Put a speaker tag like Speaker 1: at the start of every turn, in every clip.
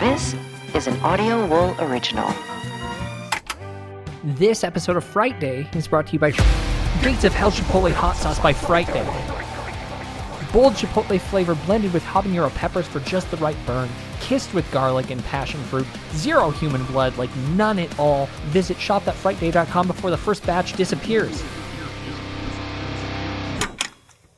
Speaker 1: This is an Audio Wool original.
Speaker 2: This episode of Fright Day is brought to you by Gates of Hell Chipotle Hot Sauce by Fright Day. Bold chipotle flavor blended with habanero peppers for just the right burn, kissed with garlic and passion fruit, zero human blood, like none at all. Visit shop.frightday.com before the first batch disappears.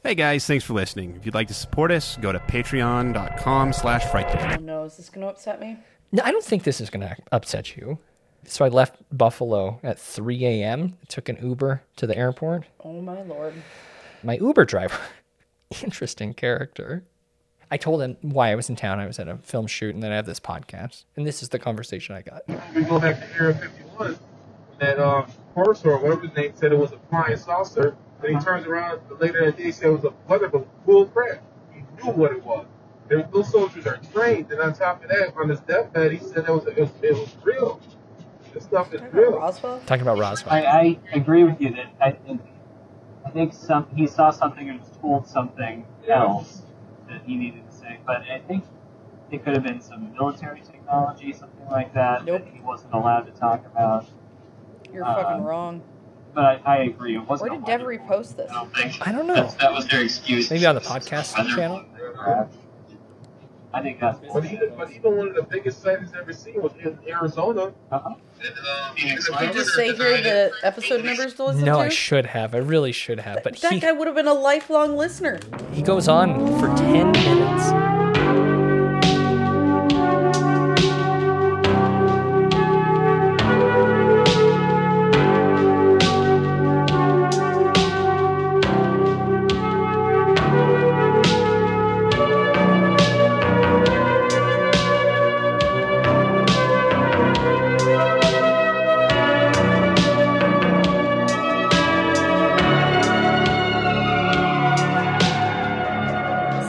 Speaker 3: Hey guys, thanks for listening. If you'd like to support us, go to patreon.com slash frightday.
Speaker 4: Oh no, is this gonna upset me?
Speaker 2: No, I don't think this is going to upset you. So I left Buffalo at 3 a.m., took an Uber to the airport.
Speaker 4: Oh my lord.
Speaker 2: my Uber driver. Interesting character. I told him why I was in town. I was at a film shoot and then I have this podcast. And this is the conversation I got.
Speaker 5: people have to Area 51 that um, Purser or whatever his name said it was a flying saucer. Then he turns around later that day said it was a weather balloon. Bull crap. He knew what it was. Their blue soldiers are trained. And on top of that, on his deathbed, he said that was it was, it was real. This stuff is real.
Speaker 4: Roswell?
Speaker 2: Talking about Roswell.
Speaker 6: I, I agree with you that I think I think some he saw something and was told something else that he needed to say, but I think it could have been some military technology, something like that
Speaker 4: Nope.
Speaker 6: that he wasn't allowed to talk about.
Speaker 4: You're
Speaker 6: Uh,
Speaker 4: fucking wrong.
Speaker 6: But I, I agree, it wasn't.
Speaker 4: Where did
Speaker 6: a weather
Speaker 4: Devery
Speaker 6: balloon.
Speaker 4: post this?
Speaker 6: I don't think
Speaker 2: I don't know.
Speaker 6: that, that was their excuse.
Speaker 2: Maybe on the podcast channel?
Speaker 6: I think that's
Speaker 5: But even, but even one of the biggest sightings ever seen was in Arizona.
Speaker 6: Uh-huh. Phoenix
Speaker 4: um, Did you say here the episode numbers to listen
Speaker 2: No,
Speaker 4: to?
Speaker 2: I should have. I really should have. But
Speaker 4: that
Speaker 2: he,
Speaker 4: guy would have been a lifelong listener.
Speaker 2: he goes on for 10 minutes.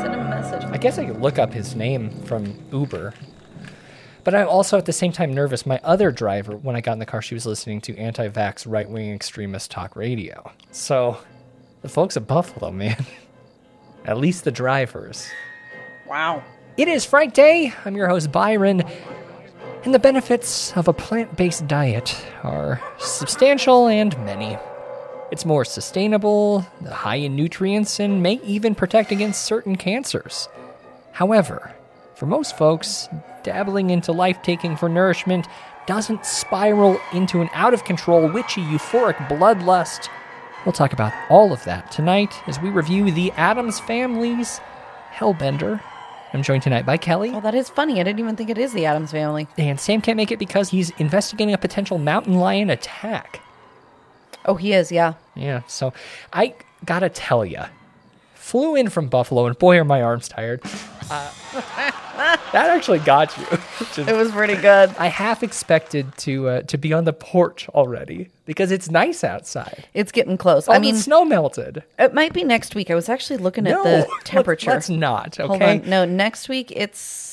Speaker 4: Send him a message.
Speaker 2: I guess I could look up his name from Uber. But I'm also at the same time nervous. My other driver, when I got in the car, she was listening to anti vax right wing extremist talk radio. So the folks at Buffalo, man. At least the drivers.
Speaker 4: Wow.
Speaker 2: It is Fright Day. I'm your host, Byron. And the benefits of a plant based diet are substantial and many. It's more sustainable, high in nutrients, and may even protect against certain cancers. However, for most folks, dabbling into life taking for nourishment doesn't spiral into an out of control, witchy, euphoric bloodlust. We'll talk about all of that tonight as we review the Adams Family's Hellbender. I'm joined tonight by Kelly.
Speaker 4: Well, that is funny. I didn't even think it is the Adams family.
Speaker 2: And Sam can't make it because he's investigating a potential mountain lion attack.
Speaker 4: Oh, he is, yeah.
Speaker 2: Yeah, so I gotta tell you, flew in from Buffalo, and boy, are my arms tired. Uh, that actually got you. which is-
Speaker 4: It was pretty good.
Speaker 2: I half expected to uh, to be on the porch already because it's nice outside.
Speaker 4: It's getting close.
Speaker 2: All
Speaker 4: I mean,
Speaker 2: the snow melted.
Speaker 4: it might be next week. I was actually looking
Speaker 2: No,
Speaker 4: at the
Speaker 2: let's-
Speaker 4: temperature.
Speaker 2: Let's, not.
Speaker 4: Hold
Speaker 2: Okay.
Speaker 4: on. No, next week it's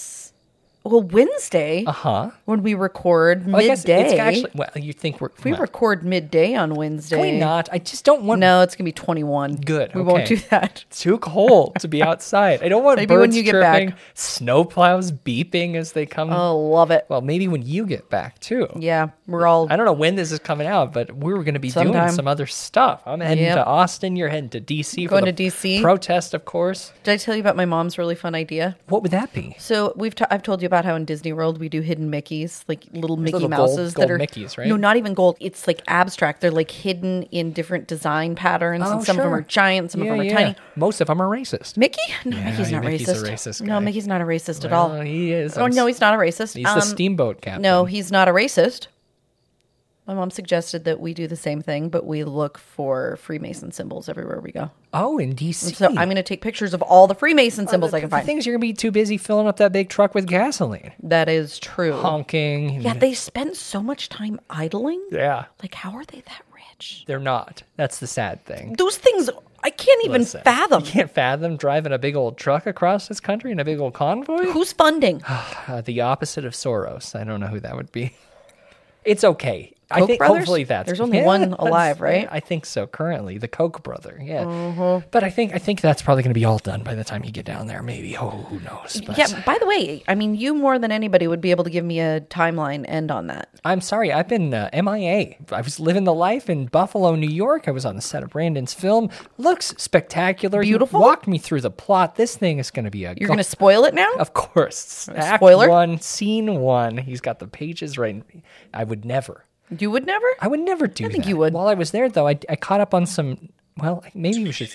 Speaker 4: well Wednesday
Speaker 2: Uh huh.
Speaker 4: when we record
Speaker 2: Oh, I
Speaker 4: midday.
Speaker 2: guess it's actually. Well, you think we're
Speaker 4: we
Speaker 2: well,
Speaker 4: record midday on Wednesday.
Speaker 2: Can we not? I just don't want.
Speaker 4: No, it's gonna be 21.
Speaker 2: Good,
Speaker 4: We won't
Speaker 2: okay.
Speaker 4: do that.
Speaker 2: too cold to be outside. I don't want
Speaker 4: Maybe
Speaker 2: birds
Speaker 4: when you get back.
Speaker 2: chirping, snowplows beeping as they come.
Speaker 4: Oh, love it.
Speaker 2: Well, maybe when you get back too.
Speaker 4: Yeah, we're all
Speaker 2: I don't know when this is coming out, but we're going to be doing
Speaker 4: Sometime.
Speaker 2: some other stuff. I'm heading
Speaker 4: Yep.
Speaker 2: to Austin. You're heading to DC.
Speaker 4: Going
Speaker 2: for the
Speaker 4: to DC?
Speaker 2: protest, of course.
Speaker 4: Did I tell you about my mom's really fun idea?
Speaker 2: What would that be?
Speaker 4: So we've t- I've told you about how in Disney World we do hidden Mickey's, like little Mickey
Speaker 2: little gold-
Speaker 4: Mouses
Speaker 2: gold
Speaker 4: that are
Speaker 2: Mickeys, right?
Speaker 4: No, not even gold. It's like abstract. They're like hidden in different design patterns,
Speaker 2: Oh,
Speaker 4: and some of them
Speaker 2: sure.
Speaker 4: are giant, some
Speaker 2: yeah,
Speaker 4: of them are
Speaker 2: yeah.
Speaker 4: tiny.
Speaker 2: Most of them are racist.
Speaker 4: Mickey? No,
Speaker 2: Yeah,
Speaker 4: Mickey's not
Speaker 2: Mickey's a
Speaker 4: racist.
Speaker 2: racist guy.
Speaker 4: No, Mickey's not a racist at
Speaker 2: Well,
Speaker 4: all.
Speaker 2: he is.
Speaker 4: Oh
Speaker 2: I'm
Speaker 4: no,
Speaker 2: s-
Speaker 4: he's not a racist.
Speaker 2: He's the
Speaker 4: Um,
Speaker 2: steamboat captain.
Speaker 4: No, he's not a racist. My mom suggested that we do the same thing, but we look for Freemason symbols everywhere we go.
Speaker 2: Oh, in DC.
Speaker 4: So I'm going to take pictures of all the Freemason symbols I can
Speaker 2: The
Speaker 4: find.
Speaker 2: things you're going to be too busy filling up that big truck with gasoline,
Speaker 4: that is true.
Speaker 2: Oh, honking.
Speaker 4: Yeah,
Speaker 2: and-
Speaker 4: they spend so much time idling.
Speaker 2: yeah.
Speaker 4: Like, how are they that rich?
Speaker 2: They're not. That's the sad thing.
Speaker 4: Those things I can't even
Speaker 2: Listen,
Speaker 4: fathom.
Speaker 2: You can't fathom driving a big old truck across this country in a big old convoy.
Speaker 4: Who's funding?
Speaker 2: Ah, Uh, the opposite of Soros. I don't know who that would be. It's okay. I
Speaker 4: Koch
Speaker 2: think
Speaker 4: brothers?
Speaker 2: hopefully that's
Speaker 4: There's only
Speaker 2: yeah,
Speaker 4: one
Speaker 2: that's-
Speaker 4: alive, right? Mm-hmm.
Speaker 2: I think so currently, the Koch brother. Yeah, but I think I think that's probably going to be all done by the time you get down there. Maybe oh, who knows? But
Speaker 4: Yeah. By the way, I mean, you more than anybody would be able to give me a timeline end on that.
Speaker 2: I'm sorry, I've been uh, MIA. I was living the life in Buffalo, New York. I was on the set of Brandon's film. Looks spectacular. You
Speaker 4: Beautiful.
Speaker 2: walked me through the plot. This thing is going to be a.
Speaker 4: You're going to spoil it now?
Speaker 2: Of course. Act
Speaker 4: Spoiler?
Speaker 2: one, scene one. He's got the pages right. in- I would never.
Speaker 4: You would never?
Speaker 2: I would never do that.
Speaker 4: think you would.
Speaker 2: While I was there, though, I, I caught up on some. Well, maybe we should.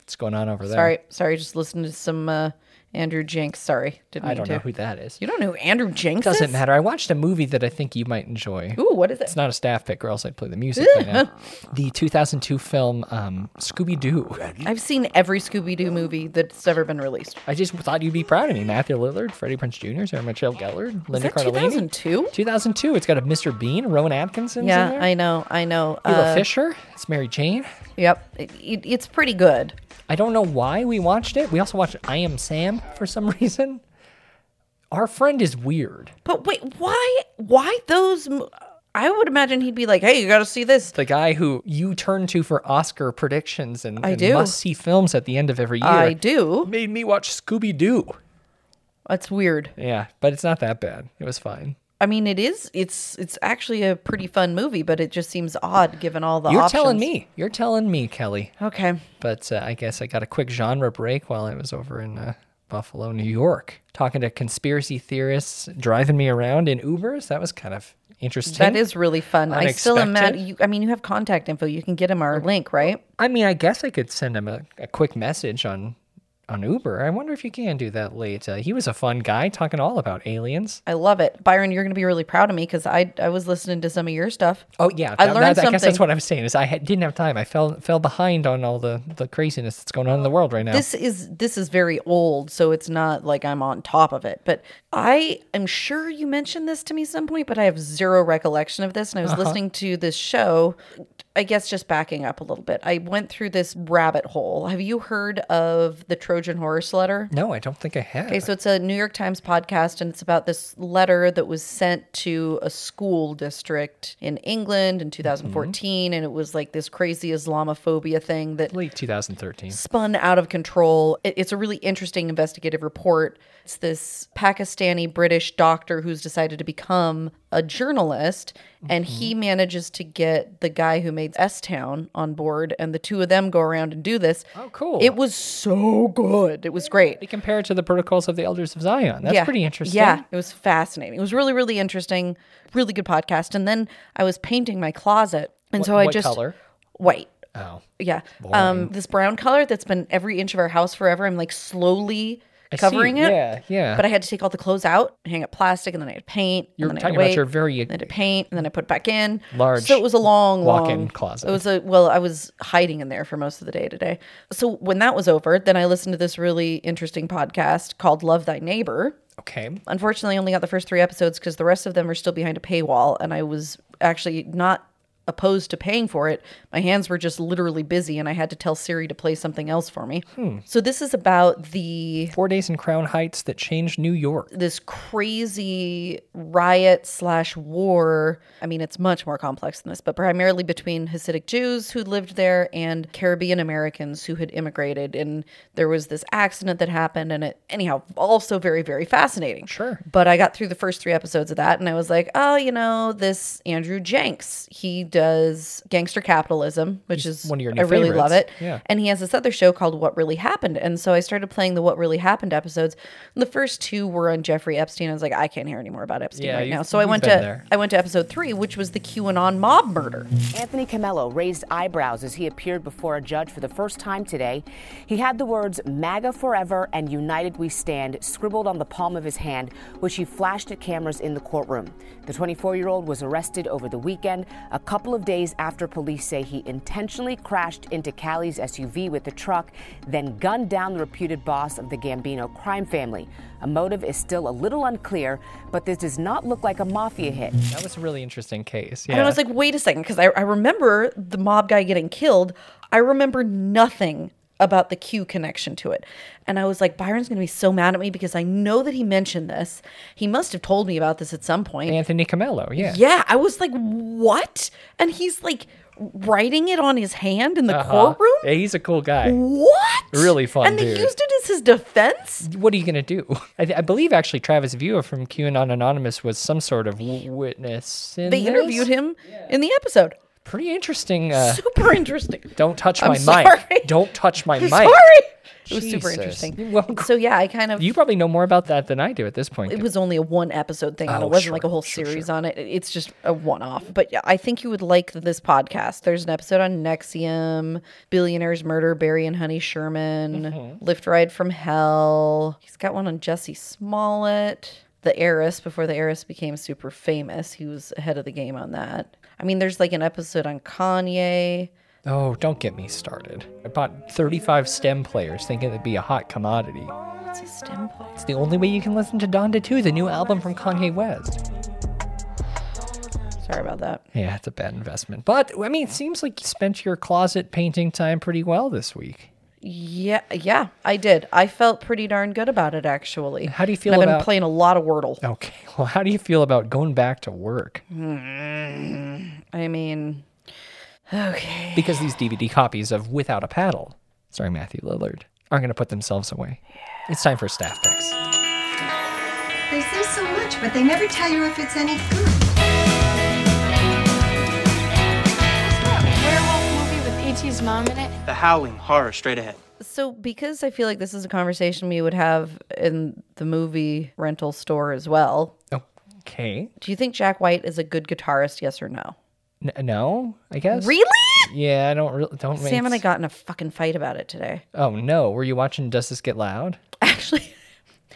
Speaker 2: What's going on over there?
Speaker 4: Sorry, sorry. Just listened to some uh, Andrew Jenks. Sorry, didn't
Speaker 2: I
Speaker 4: mean
Speaker 2: don't
Speaker 4: to.
Speaker 2: know who that is.
Speaker 4: You don't know who Andrew Jenks
Speaker 2: Doesn't
Speaker 4: is?
Speaker 2: matter. I watched a movie that I think you might enjoy.
Speaker 4: Ooh, what is it?
Speaker 2: It's not a staff pick, or else I'd play the music by now. The 2002 film um, Scooby Doo.
Speaker 4: I've seen every Scooby Doo movie that's ever been released.
Speaker 2: I just thought you'd be proud of me. Matthew Lillard, Freddie Prince Jr., Sarah Michelle Gellar,
Speaker 4: Is
Speaker 2: Linda
Speaker 4: that
Speaker 2: Cardellini.
Speaker 4: 2002?
Speaker 2: 2002. It's got a Mr. Bean, Rowan Atkinson.
Speaker 4: Yeah,
Speaker 2: in there.
Speaker 4: I know, I know.
Speaker 2: Hilo
Speaker 4: Uh,
Speaker 2: Fisher. It's Mary Jane.
Speaker 4: Yep, it, it, it's pretty good.
Speaker 2: I don't know why we watched it. We also watched I Am Sam for some reason. Our friend is weird.
Speaker 4: But wait, why? Why those? mo- I would imagine he'd be like, "Hey, you got to see this."
Speaker 2: The guy who you turn to for Oscar predictions and,
Speaker 4: I do.
Speaker 2: must see films at the end of every year
Speaker 4: I do.
Speaker 2: made me watch Scooby Doo.
Speaker 4: That's weird.
Speaker 2: Yeah, but it's not that bad. It was fine.
Speaker 4: I mean, it is. It's it's actually a pretty fun movie, but it just seems odd given all the.
Speaker 2: You're
Speaker 4: options.
Speaker 2: telling me. You're telling me, Kelly.
Speaker 4: Okay.
Speaker 2: But uh, I guess I got a quick genre break while I was over in uh, Buffalo, New York, talking to conspiracy theorists, driving me around in Ubers. That was kind of interesting.
Speaker 4: That is really fun. I still
Speaker 2: Unexpected.
Speaker 4: imagine. You, I mean, you have contact info. You can get him our link, right?
Speaker 2: I mean, I guess I could send him a, a quick message on on Uber. I wonder if you can do that late. Uh, he was a fun guy talking all about aliens.
Speaker 4: I love it, Byron. You're going to be really proud of me because I I was listening to some of your stuff.
Speaker 2: Oh yeah,
Speaker 4: I
Speaker 2: that-
Speaker 4: learned
Speaker 2: that- I guess that's
Speaker 4: something.
Speaker 2: what I'm saying is I had, didn't have time. I fell fell behind on all the the craziness that's going on in the world right now.
Speaker 4: This is this is very old, so it's not like I'm on top of it. But I am sure you mentioned this to me some point, but I have zero recollection of this. And I
Speaker 2: Uh-huh.
Speaker 4: was listening to this show. I guess just backing up a little bit, I went through this rabbit hole. Have you heard of the Trojan Horse letter?
Speaker 2: no, I don't think I have.
Speaker 4: Okay, so it's a New York Times podcast, and it's about this letter that was sent to a school district in England
Speaker 2: Mm-hmm.
Speaker 4: in 2014, and it was like this crazy Islamophobia thing that
Speaker 2: late 2013.
Speaker 4: spun out of control. It- It's a really interesting investigative report. It's this Pakistani British doctor who's decided to become a journalist, and he
Speaker 2: Mm-hmm.
Speaker 4: manages to get the guy who made S Town on board, and the two of them go around and do this.
Speaker 2: Oh, cool.
Speaker 4: It was so good. It was great.
Speaker 2: They compare it to the protocols of the elders of Zion. That's pretty interesting.
Speaker 4: Yeah, it was fascinating. It was really, really interesting. Really good podcast. And then I was painting my closet, and
Speaker 2: What-
Speaker 4: so I
Speaker 2: what
Speaker 4: just
Speaker 2: color?
Speaker 4: white.
Speaker 2: Oh,
Speaker 4: Yeah, um, this brown color that's been every inch of our house forever. I'm like slowly
Speaker 2: I see.
Speaker 4: covering it.
Speaker 2: Yeah, yeah.
Speaker 4: But I had to take all the clothes out, hang up plastic, and then I had to paint.
Speaker 2: You're
Speaker 4: and then I
Speaker 2: talking
Speaker 4: had to
Speaker 2: about
Speaker 4: wait,
Speaker 2: your very-
Speaker 4: and then to paint, and then I put it back in.
Speaker 2: Large
Speaker 4: So it was a long
Speaker 2: walk-in
Speaker 4: long-
Speaker 2: closet.
Speaker 4: It was a well, I was hiding in there for most of the day today. So when that was over, then I listened to this really interesting podcast called "Love Thy Neighbor."
Speaker 2: okay.
Speaker 4: unfortunately I only got the first three episodes because the rest of them are still behind a paywall and i was actually not opposed to paying for it my hands were just literally busy and i had to tell siri to play something else for me so this is about the
Speaker 2: Four days in Crown Heights that changed New York.
Speaker 4: this crazy riot slash war. I mean, it's much more complex than this, but primarily between Hasidic Jews who lived there and Caribbean Americans who had immigrated. And there was this accident that happened, and it, anyhow, also very, very fascinating.
Speaker 2: Sure.
Speaker 4: But I got through the first three episodes of that, and I was like, oh, you know, this Andrew Jenks, he does gangster capitalism, which is
Speaker 2: one of your
Speaker 4: I
Speaker 2: new
Speaker 4: really love it.
Speaker 2: favorites. Yeah.
Speaker 4: And he has this other show called What Really Happened. And so I started playing the What Really Happened episodes. And the first two were on Jeffrey Epstein. I was like, I can't hear any more about Epstein
Speaker 2: Yeah,
Speaker 4: right
Speaker 2: you've-
Speaker 4: now. So I
Speaker 2: you've
Speaker 4: went to
Speaker 2: been there.
Speaker 4: I went to episode three, which was the QAnon mob murder.
Speaker 7: Anthony Camello raised eyebrows as he appeared before a judge for the first time today. He had the words MAGA forever and United we stand scribbled on the palm of his hand, which he flashed at cameras in the courtroom. The 24 year old was arrested over the weekend, a couple of days after police say he intentionally crashed into Callie's SUV with the truck, then gunned down the reputed boss of the Gambino crime family. A motive is still a little unclear, but this does not look like a mafia hit.
Speaker 2: That was a really interesting case. Yeah.
Speaker 4: And I was like, wait a second, because I, I remember the mob guy getting killed. I remember nothing about the Q connection to it. And I was like, Byron's going to be so mad at me because I know that he mentioned this. He must have told me about this at some point.
Speaker 2: Anthony Camello, yeah.
Speaker 4: Yeah, I was like, what? And he's like writing it on his hand in the courtroom?
Speaker 2: Uh, Yeah, he's a cool guy.
Speaker 4: What?
Speaker 2: Uh-huh. Really fun
Speaker 4: And
Speaker 2: dude.
Speaker 4: they used it as his defense?
Speaker 2: What are you going to do? I, th- I believe actually Travis Viewer from QAnon Anonymous was some sort of w- witness. In
Speaker 4: They
Speaker 2: this.
Speaker 4: interviewed him in the episode.
Speaker 2: Pretty interesting. Uh,
Speaker 4: Super interesting.
Speaker 2: don't touch
Speaker 4: I'm
Speaker 2: my
Speaker 4: sorry.
Speaker 2: mic. Don't touch my mic.
Speaker 4: Sorry. It was super
Speaker 2: Jesus.
Speaker 4: interesting.
Speaker 2: Well,
Speaker 4: So yeah, I kind of
Speaker 2: You probably know more about that than I do at this point.
Speaker 4: it was only a one episode thing and
Speaker 2: Oh,
Speaker 4: it wasn't
Speaker 2: sure,
Speaker 4: like a whole
Speaker 2: sure,
Speaker 4: series on it It- it's just a one off but yeah i think you would like this podcast there's an episode on nexium billionaires murder barry and honey sherman
Speaker 2: Mm-hmm.
Speaker 4: lift ride from hell he's got one on jesse smollett the heiress before the heiress became super famous he was ahead of the game on that i mean there's like an episode on kanye
Speaker 2: Oh, don't get me started. I bought 35 STEM players thinking it'd be a hot commodity.
Speaker 4: what's his stem play
Speaker 2: It's the only way you can listen to Donda 2, the new album from Kanye West.
Speaker 4: sorry about that
Speaker 2: Yeah, it's a bad investment. But, I mean, it seems like you spent your closet painting time pretty well this week.
Speaker 4: yeah yeah i did i felt pretty darn good about it actually
Speaker 2: How do you
Speaker 4: And
Speaker 2: feel
Speaker 4: i've been
Speaker 2: about-
Speaker 4: playing a lot of wordle
Speaker 2: Okay, well, how do you feel about going back to work?
Speaker 4: I mean, okay.
Speaker 2: Because these DVD copies of Without a Paddle, starring Matthew Lillard, aren't going to put themselves away. It's time for staff picks.
Speaker 8: They say so much, but they never tell you if it's any good.
Speaker 9: Werewolf movie with E.T.'s mom in it.
Speaker 10: The Howling, horror straight ahead.
Speaker 4: So, because I feel like this is a conversation we would have in the movie rental store as well,
Speaker 2: Okay.
Speaker 4: do you think Jack White is a good guitarist? Yes or no?
Speaker 2: N- no, I guess.
Speaker 4: Really?
Speaker 2: Yeah, I don't really. Don't make
Speaker 4: Sam and I got in a fucking fight about it today.
Speaker 2: Oh no, were you watching Does This Get Loud?
Speaker 4: Actually,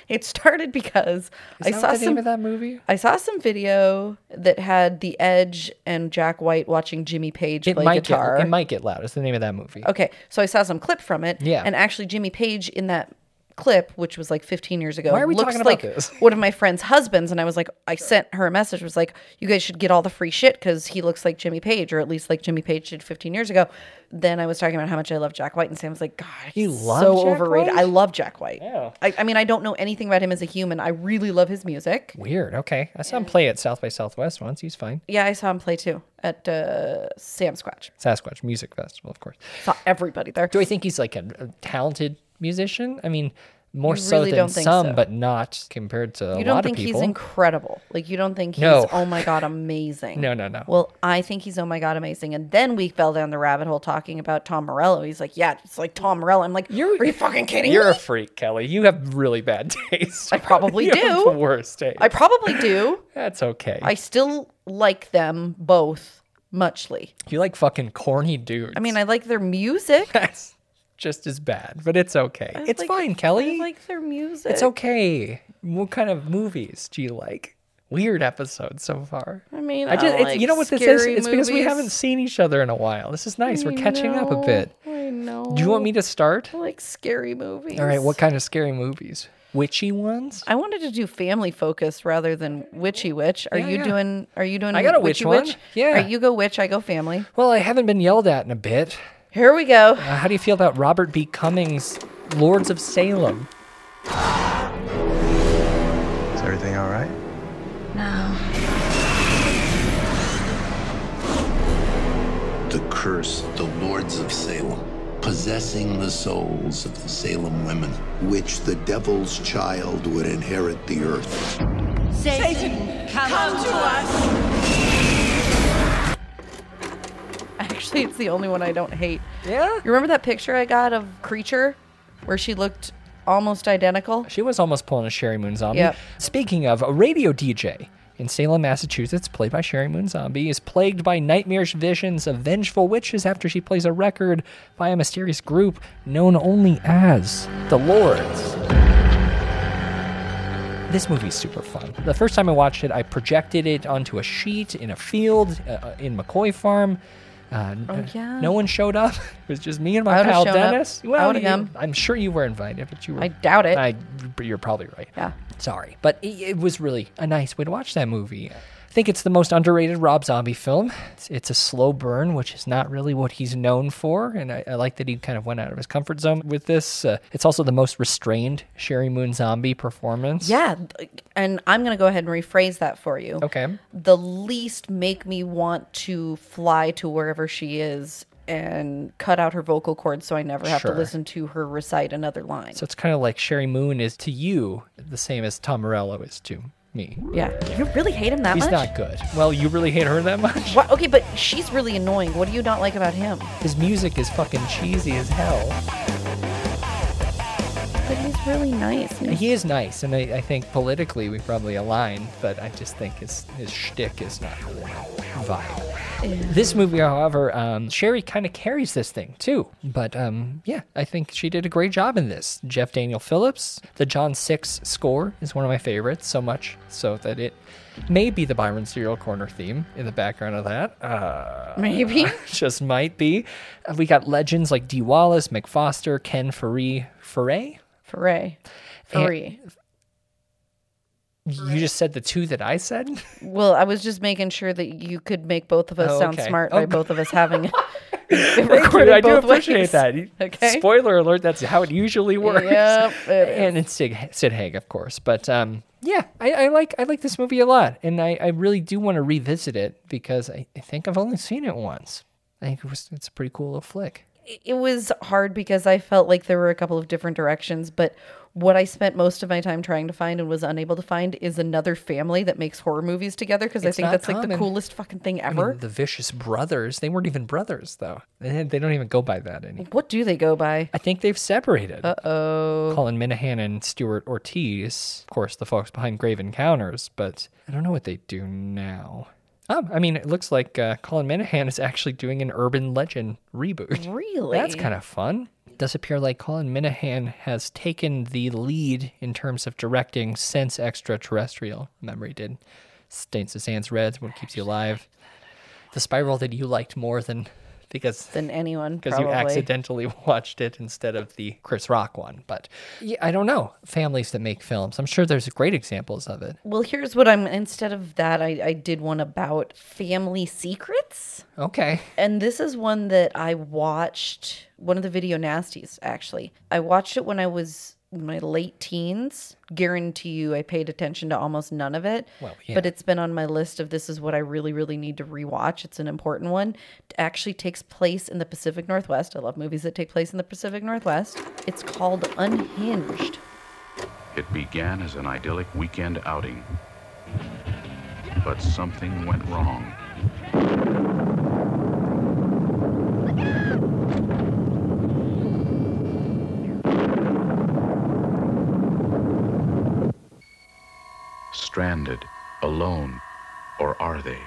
Speaker 4: it started because
Speaker 2: Is
Speaker 4: I
Speaker 2: that
Speaker 4: saw
Speaker 2: the name
Speaker 4: some
Speaker 2: of that movie?
Speaker 4: I saw some video that had The Edge and Jack White watching Jimmy Page
Speaker 2: It
Speaker 4: play
Speaker 2: might
Speaker 4: guitar.
Speaker 2: get it might get loud. It's the name of that movie.
Speaker 4: Okay, so I saw some clip from it.
Speaker 2: Yeah.
Speaker 4: And actually, Jimmy Page in that clip, which was like 15 years ago,
Speaker 2: Why are we
Speaker 4: looks
Speaker 2: talking about
Speaker 4: like
Speaker 2: this?
Speaker 4: one of my friend's husbands. And I was like, I sent her a message, was like, you guys should get all the free shit because he looks like Jimmy Page, or at least like Jimmy Page did 15 years ago. Then I was talking about how much I love Jack White, and Sam was like, God,
Speaker 2: You
Speaker 4: he's
Speaker 2: love
Speaker 4: so
Speaker 2: Jack
Speaker 4: overrated.
Speaker 2: White?
Speaker 4: I love Jack White. Yeah. I, I mean, I don't know anything about him as a human. I really love his music.
Speaker 2: Weird. Okay, I saw him play at South by Southwest once. He's fine.
Speaker 4: Yeah, I saw him play too at uh, Sam Squatch.
Speaker 2: Sasquatch Music Festival, of course.
Speaker 4: Saw everybody there.
Speaker 2: Do I think he's like a, a talented musician? I mean, more
Speaker 4: You
Speaker 2: so
Speaker 4: really
Speaker 2: than
Speaker 4: don't think
Speaker 2: some,
Speaker 4: so.
Speaker 2: but not compared to
Speaker 4: You
Speaker 2: a
Speaker 4: don't
Speaker 2: lot
Speaker 4: think
Speaker 2: of
Speaker 4: he's
Speaker 2: people.
Speaker 4: incredible. Like you don't think he's
Speaker 2: No.
Speaker 4: oh my god amazing.
Speaker 2: No, no, no.
Speaker 4: Well, I think he's oh my god amazing. And then we fell down the rabbit hole talking about Tom Morello. He's like, yeah, it's like Tom Morello. I'm like,
Speaker 2: You're-
Speaker 4: are you fucking kidding
Speaker 2: You're
Speaker 4: me?
Speaker 2: a freak, Kelly. You have really bad taste.
Speaker 4: I probably
Speaker 2: You have
Speaker 4: do.
Speaker 2: the worst taste.
Speaker 4: I probably do.
Speaker 2: That's okay.
Speaker 4: I still like them both muchly.
Speaker 2: you like fucking corny dudes.
Speaker 4: I mean, I like their music.
Speaker 2: that's just as bad, but it's okay.
Speaker 4: I
Speaker 2: it's
Speaker 4: like-
Speaker 2: fine, Kelly.
Speaker 4: I like their music.
Speaker 2: It's okay. What kind of movies do you like? Weird episodes so far.
Speaker 4: I mean,
Speaker 2: I just,
Speaker 4: I
Speaker 2: it's, you know what
Speaker 4: like
Speaker 2: this is?
Speaker 4: scary
Speaker 2: It's because we
Speaker 4: movies.
Speaker 2: haven't seen each other in a while. This is nice. We're catching up a bit.
Speaker 4: I know.
Speaker 2: Do you want me to start?
Speaker 4: I like scary movies?
Speaker 2: All right. What kind of scary movies? Witchy ones?
Speaker 4: I wanted to do family focus rather than witchy witch. Are
Speaker 2: Yeah,
Speaker 4: you
Speaker 2: yeah.
Speaker 4: doing? Are you doing?
Speaker 2: I got a
Speaker 4: witchy
Speaker 2: witch one. Yeah.
Speaker 4: All right, you go witch. I go family.
Speaker 2: Well, I haven't been yelled at in a bit.
Speaker 4: Here we go.
Speaker 2: Uh, how do you feel about Robert B. Cummings' Lords of Salem?
Speaker 10: Is everything all right?
Speaker 11: The curse, the lords of Salem, possessing the souls of the Salem women, which the devil's child would inherit the earth.
Speaker 8: Satan, come, to us.
Speaker 4: Actually, it's the only one I don't hate.
Speaker 2: Yeah.
Speaker 4: You remember that picture I got of creature, where she looked almost identical?
Speaker 2: She was almost pulling a Sherry Moon Zombie.
Speaker 4: Yep.
Speaker 2: Speaking of, a radio DJ in Salem, Massachusetts, played by Sherry Moon Zombie, is plagued by nightmarish visions of vengeful witches after she plays a record by a mysterious group known only as the Lords. This movie's super fun. The first time I watched it, I projected it onto a sheet in a field uh, uh, in McCoy Farm. Uh, oh,
Speaker 4: yeah.
Speaker 2: No one showed up. It was just me and
Speaker 4: I
Speaker 2: my
Speaker 4: would've
Speaker 2: pal
Speaker 4: shown up.
Speaker 2: Dennis.
Speaker 4: I
Speaker 2: Well,
Speaker 4: would've
Speaker 2: you-
Speaker 4: come.
Speaker 2: I'm sure you were invited, but you were.
Speaker 4: I doubt it.
Speaker 2: I, but you're probably right.
Speaker 4: Yeah.
Speaker 2: Sorry. But it, it was really a nice way to watch that movie. I think it's the most underrated Rob Zombie film. It's, it's a slow burn, which is not really what he's known for, and I, I like that he kind of went out of his comfort zone with this. Uh, it's also the most restrained Sherry Moon Zombie performance.
Speaker 4: Yeah, th- and I'm going to go ahead and rephrase that for you.
Speaker 2: Okay.
Speaker 4: The least make me want to fly to wherever she is and cut out her vocal cords so I never have
Speaker 2: Sure.
Speaker 4: to listen to her recite another line.
Speaker 2: So it's kind of like Sherry Moon is to you the same as Tom Morello is to me.
Speaker 4: yeah. You really hate him that
Speaker 2: He's
Speaker 4: much?
Speaker 2: not good. Well, you really hate her that much?
Speaker 4: Why- okay, but she's really annoying. What do you not like about him?
Speaker 2: His music is fucking cheesy as hell.
Speaker 4: But he's really nice.
Speaker 2: And He is nice, and I, I think politically we probably align, but I just think his, his shtick is not really my vibe. This movie, however, um, Sherry kind of carries this thing too. But um, yeah, I think she did a great job in this. Jeff Daniel Phillips, the John Six score is one of my favorites, so much so that it may be the Byron Serial Corner theme in the background of that. Uh,
Speaker 4: Maybe.
Speaker 2: just might be. Uh, We got legends like D. Wallace, McFoster, Ken Faree, Foray.
Speaker 4: Foray.
Speaker 2: And-
Speaker 4: Free.
Speaker 2: You just said the two that I said.
Speaker 4: Well, I was just making sure that you could make both of us
Speaker 2: Oh,
Speaker 4: sound
Speaker 2: okay.
Speaker 4: smart
Speaker 2: Oh,
Speaker 4: by
Speaker 2: good.
Speaker 4: both of us having it
Speaker 2: Thank you.
Speaker 4: recorded
Speaker 2: I do
Speaker 4: both
Speaker 2: appreciate
Speaker 4: ways.
Speaker 2: that.
Speaker 4: Okay.
Speaker 2: Spoiler alert, that's how it usually works.
Speaker 4: Yep, it is.
Speaker 2: and it's Sig, Sid Haig, of course. But um, yeah, I, I like I like this movie a lot, and I, I really do want to revisit it because I, I think I've only seen it once. I think it was it's a pretty cool little flick.
Speaker 4: It was hard because I felt like there were a couple of different directions, but what I spent most of my time trying to find and was unable to find is another family that makes horror movies together because I
Speaker 2: It's
Speaker 4: think
Speaker 2: not
Speaker 4: that's like the
Speaker 2: common.
Speaker 4: coolest fucking thing
Speaker 2: I
Speaker 4: ever.
Speaker 2: mean, the Vicious Brothers. They weren't even brothers though. They, they don't even go by that anymore.
Speaker 4: what do they go by?
Speaker 2: I think they've separated.
Speaker 4: Uh oh.
Speaker 2: Colin Minahan and Stuart Ortiz, of course, the folks behind Grave Encounters, but I don't know what they do now. Oh, I mean, it looks like uh, Colin Minahan is actually doing an urban legend reboot.
Speaker 4: Really?
Speaker 2: That's kind of fun. It does appear like Colin Minahan has taken the lead in terms of directing since Extraterrestrial Memory did. Stains the Sands Reds, What Keeps You Alive. The spiral that you liked more than because
Speaker 4: than anyone
Speaker 2: because you
Speaker 4: probably.
Speaker 2: accidentally watched it instead of the Chris Rock one. But yeah, I don't know families that make films. I'm sure there's great examples of it.
Speaker 4: Well, here's what I'm instead of that, I, I did one about family secrets.
Speaker 2: Okay,
Speaker 4: And this is one that I watched, one of the video nasties, actually. I watched it when I was in my late teens. Guarantee you, I paid attention to almost none of it.
Speaker 2: Well,
Speaker 4: But
Speaker 2: yeah.
Speaker 4: it's been on my list of this is what I really, really need to rewatch. It's an important one. It actually takes place in the Pacific Northwest. I love movies that take place in the Pacific Northwest. It's called Unhinged.
Speaker 12: It began as an idyllic weekend outing. But something went wrong. Stranded, alone, or are they?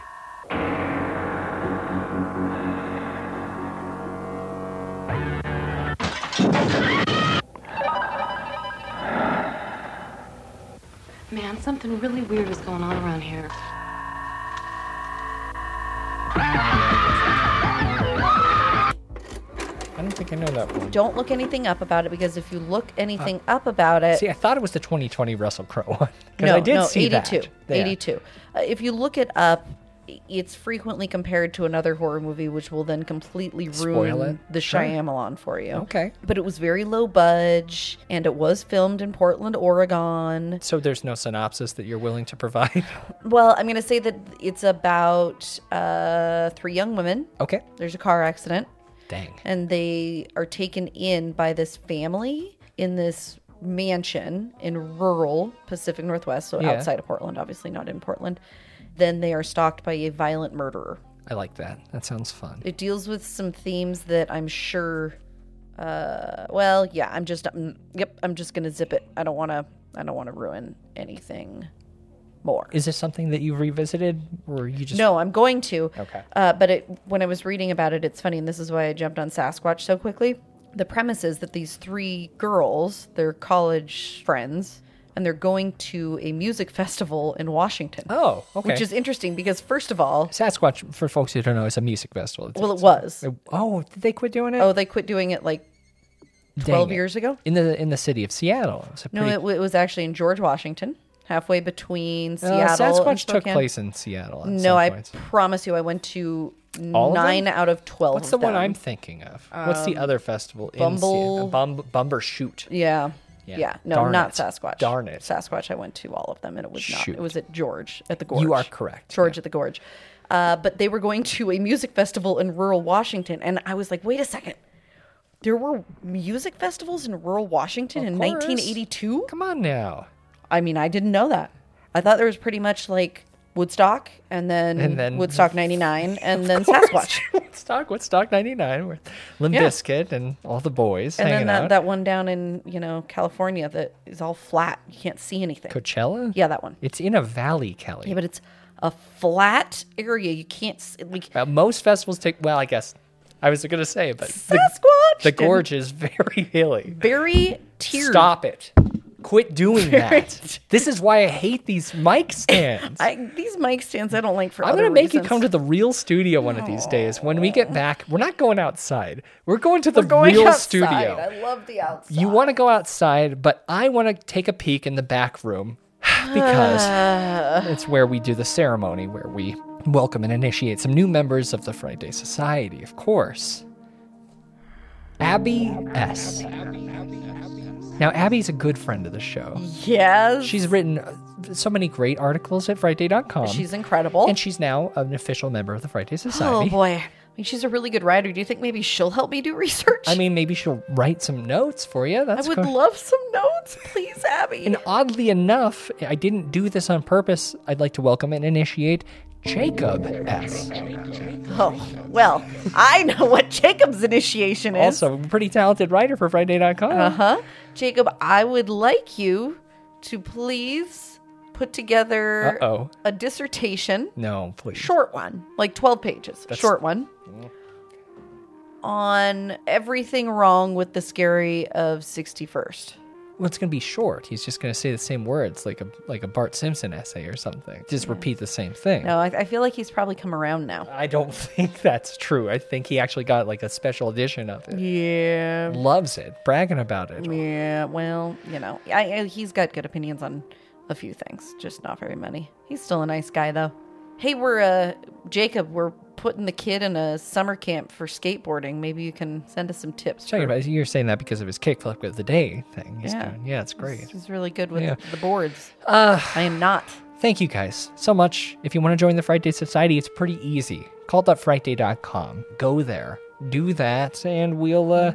Speaker 13: Man, something really weird is going on around here.
Speaker 2: I don't think I know that one.
Speaker 4: Don't look anything up about it because if you look anything up about it,
Speaker 2: Uh, See, I thought it was the 2020 Russell Crowe one because
Speaker 4: no,
Speaker 2: I did
Speaker 4: no,
Speaker 2: see
Speaker 4: 82,
Speaker 2: that. Yeah.
Speaker 4: 82. Uh, if you look it up, i- it's frequently compared to another horror movie, which will then completely
Speaker 2: Spoil
Speaker 4: ruin
Speaker 2: it?
Speaker 4: the
Speaker 2: Sure.
Speaker 4: Shyamalan for you.
Speaker 2: Okay.
Speaker 4: But it was very low budge, and it was filmed in Portland, Oregon.
Speaker 2: So there's no synopsis that you're willing to provide.
Speaker 4: Well, I'm going to say that it's about uh, three young women.
Speaker 2: Okay.
Speaker 4: There's a car accident.
Speaker 2: Dang.
Speaker 4: And they are taken in by this family in this mansion in rural Pacific Northwest, so
Speaker 2: Yeah.
Speaker 4: outside of Portland, obviously not in Portland. Then they are stalked by a violent murderer.
Speaker 2: I like that. That sounds fun.
Speaker 4: It deals with some themes that I'm sure. Uh, well, yeah, I'm just. mm, yep, I'm just gonna zip it. I don't wanna. I don't wanna ruin anything more.
Speaker 2: Is this something that you've revisited, or you just
Speaker 4: No, I'm going to.
Speaker 2: Okay.
Speaker 4: Uh, but it, when I was reading about it, it's funny, and this is why I jumped on Sasquatch so quickly. The premise is that these three girls, they're college friends, and they're going to a music festival in Washington.
Speaker 2: Oh, okay.
Speaker 4: Which is interesting because, first of all,
Speaker 2: Sasquatch for folks who don't know is a music festival. It's-
Speaker 4: well, it
Speaker 2: it's-
Speaker 4: was.
Speaker 2: Oh, did they quit doing it?
Speaker 4: Oh, they quit doing it like
Speaker 2: Dang
Speaker 4: 12
Speaker 2: it.
Speaker 4: years ago?
Speaker 2: in the in the city of Seattle. It was a
Speaker 4: No,
Speaker 2: pretty
Speaker 4: it, w- it was actually in George Washington. halfway between
Speaker 2: Uh,
Speaker 4: Seattle. and
Speaker 2: Sasquatch took
Speaker 4: Spokane.
Speaker 2: place in Seattle at
Speaker 4: No,
Speaker 2: some
Speaker 4: I
Speaker 2: points.
Speaker 4: promise you, I went to
Speaker 2: All of them?
Speaker 4: nine out of twelve.
Speaker 2: What's
Speaker 4: of
Speaker 2: the one
Speaker 4: them.
Speaker 2: I'm thinking of? What's the
Speaker 4: Um,
Speaker 2: other festival?
Speaker 4: Bumble-
Speaker 2: In Seattle? Bum, Bumber Shoot.
Speaker 4: Yeah.
Speaker 2: Yeah.
Speaker 4: Yeah. No,
Speaker 2: Darn
Speaker 4: not
Speaker 2: it.
Speaker 4: Sasquatch.
Speaker 2: Darn it.
Speaker 4: Sasquatch, I went to all of them and it was not.
Speaker 2: Shoot.
Speaker 4: It was at George at the Gorge.
Speaker 2: You are correct,
Speaker 4: George at the Gorge. Uh, but they were going to a music festival in rural Washington. And I was like, wait a second. There were music festivals in rural Washington in
Speaker 2: course.
Speaker 4: 1982?
Speaker 2: Come on now.
Speaker 4: I mean, I didn't know that. I thought there was pretty much like Woodstock and then,
Speaker 2: And then-
Speaker 4: Woodstock 99 and then Sasquatch.
Speaker 2: Woodstock, Woodstock 99, with Limp
Speaker 4: Yeah.
Speaker 2: Bizkit and all the boys
Speaker 4: And
Speaker 2: hanging
Speaker 4: then that,
Speaker 2: out.
Speaker 4: that one down in, you know, California that is all flat. You can't see anything.
Speaker 2: Coachella?
Speaker 4: Yeah, that one.
Speaker 2: It's in a valley, Kelly.
Speaker 4: Yeah, but it's a flat area. You can't s- like
Speaker 2: Uh, most festivals take, well, I guess I was going to say, but
Speaker 4: Sasquatch.
Speaker 2: the, the
Speaker 4: didn't-
Speaker 2: gorge is very hilly.
Speaker 4: Very tiered.
Speaker 2: Stop it. Quit doing that. this is why I hate these mic stands.
Speaker 4: I, these mic stands I don't like for.
Speaker 2: I'm
Speaker 4: other
Speaker 2: gonna make you
Speaker 4: reasons.
Speaker 2: come to the real studio one of these days. When we get back, we're not going outside. We're going to the
Speaker 4: We're going
Speaker 2: real
Speaker 4: outside.
Speaker 2: studio.
Speaker 4: I love the outside.
Speaker 2: You want to go outside, but I want to take a peek in the back room because it's where we do the ceremony where we welcome and initiate some new members of the Friday Society, of course. Abby S. Now, Abby's a good friend of the show.
Speaker 4: Yes,
Speaker 2: She's written uh, so many great articles at Friday.com.
Speaker 4: she's incredible.
Speaker 2: and she's now an official member of the Friday Society.
Speaker 4: oh boy, I mean, she's a really good writer. Do you think maybe she'll help me do research?
Speaker 2: I mean, maybe she'll write some notes for you.
Speaker 4: I
Speaker 2: That's
Speaker 4: would
Speaker 2: cool.
Speaker 4: love some notes, please, Abby.
Speaker 2: And oddly enough, I didn't do this on purpose. I'd like to welcome and initiate Jacob S.
Speaker 4: oh well, I know what Jacob's initiation is.
Speaker 2: Also, a pretty talented writer for Friday.com.
Speaker 4: Uh huh. Jacob, I would like you to please put together
Speaker 2: Uh-oh.
Speaker 4: a dissertation,
Speaker 2: No, please.
Speaker 4: short one, like 12 pages, short one, on everything wrong with the scary of 61st.
Speaker 2: Well, it's going to be short. He's just going to say the same words, like a like a Bart Simpson essay or something. Just repeat the same thing.
Speaker 4: Mm-hmm. No, I, I feel like he's probably come around now.
Speaker 2: I don't think that's true. I think he actually got like a special edition of it.
Speaker 4: Yeah.
Speaker 2: Loves it, bragging about it.
Speaker 4: Yeah, well, you know, I, I, he's got good opinions on a few things, just not very many. He's still a nice guy, though. Hey, we're, uh, Jacob, we're putting the kid in a summer camp for skateboarding. Maybe you can send us some tips.
Speaker 2: Check it
Speaker 4: for-
Speaker 2: out. You're saying that because of his kickflip of the day thing. He's
Speaker 4: Yeah.
Speaker 2: doing. yeah, it's great.
Speaker 4: He's, he's really good with
Speaker 2: Yeah.
Speaker 4: the boards.
Speaker 2: Uh,
Speaker 4: I am not.
Speaker 2: Thank you guys so much. If you want to join the Friday Society, it's pretty easy. Call.friday.com. Go there, do that, and we'll uh,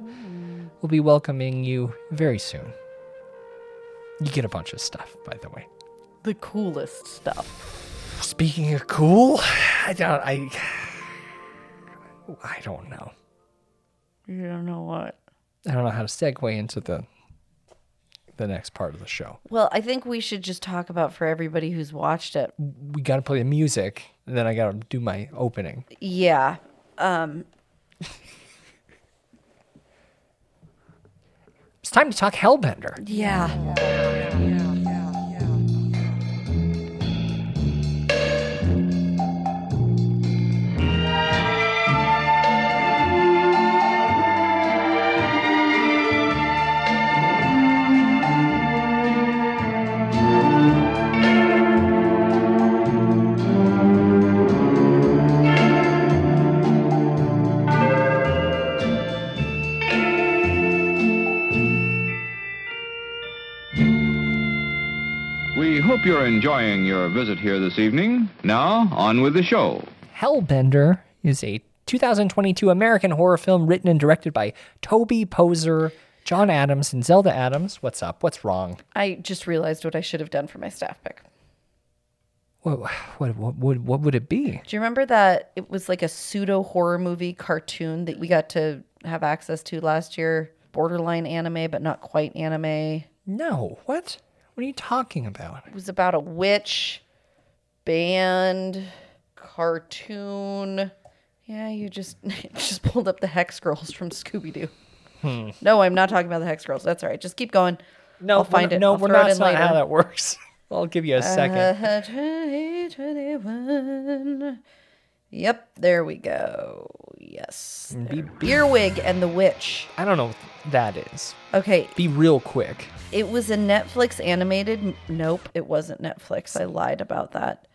Speaker 2: we'll be welcoming you very soon. You get a bunch of stuff, by the way.
Speaker 4: The coolest stuff.
Speaker 2: Speaking of cool, I don't I I don't know.
Speaker 4: You don't know what.
Speaker 2: I don't know how to segue into the the next part of the show.
Speaker 4: Well, I think we should just talk about for everybody who's watched it.
Speaker 2: We got to play the music, and then I got to do my opening.
Speaker 4: Yeah. Um,
Speaker 2: It's time to talk Hellbender.
Speaker 4: yeah.
Speaker 14: We hope you're enjoying your visit here this evening. Now, on with the show.
Speaker 2: Hellbender is a 2022 American horror film written and directed by Toby Poser, John Adams, and Zelda Adams. What's up? What's wrong?
Speaker 4: I just realized what I should have done for my staff pick.
Speaker 2: What what what what, what would it be?
Speaker 4: Do you remember that it was like a pseudo horror movie cartoon that we got to have access to last year? Borderline anime, but not quite anime. It
Speaker 2: No, what? What are you talking about?
Speaker 4: was about a witch band cartoon. Yeah, you just just pulled up the Hex Girls from Scooby Doo.
Speaker 2: Hmm.
Speaker 4: No, I'm not talking about the Hex Girls. That's all right. Just keep going.
Speaker 2: No,
Speaker 4: I'll find
Speaker 2: we're,
Speaker 4: it.
Speaker 2: no,
Speaker 4: I'll
Speaker 2: we're
Speaker 4: throw
Speaker 2: not.
Speaker 4: It
Speaker 2: That's
Speaker 4: in
Speaker 2: not
Speaker 4: later.
Speaker 2: how that works. I'll give you a second.
Speaker 4: Uh, 20, 21. Yep, there we go. yes.
Speaker 2: And be- be-
Speaker 4: Earwig and the Witch.
Speaker 2: I don't know what that is.
Speaker 4: Okay.
Speaker 2: Be real quick.
Speaker 4: It was a Netflix animated. Nope, it wasn't Netflix. I lied about that.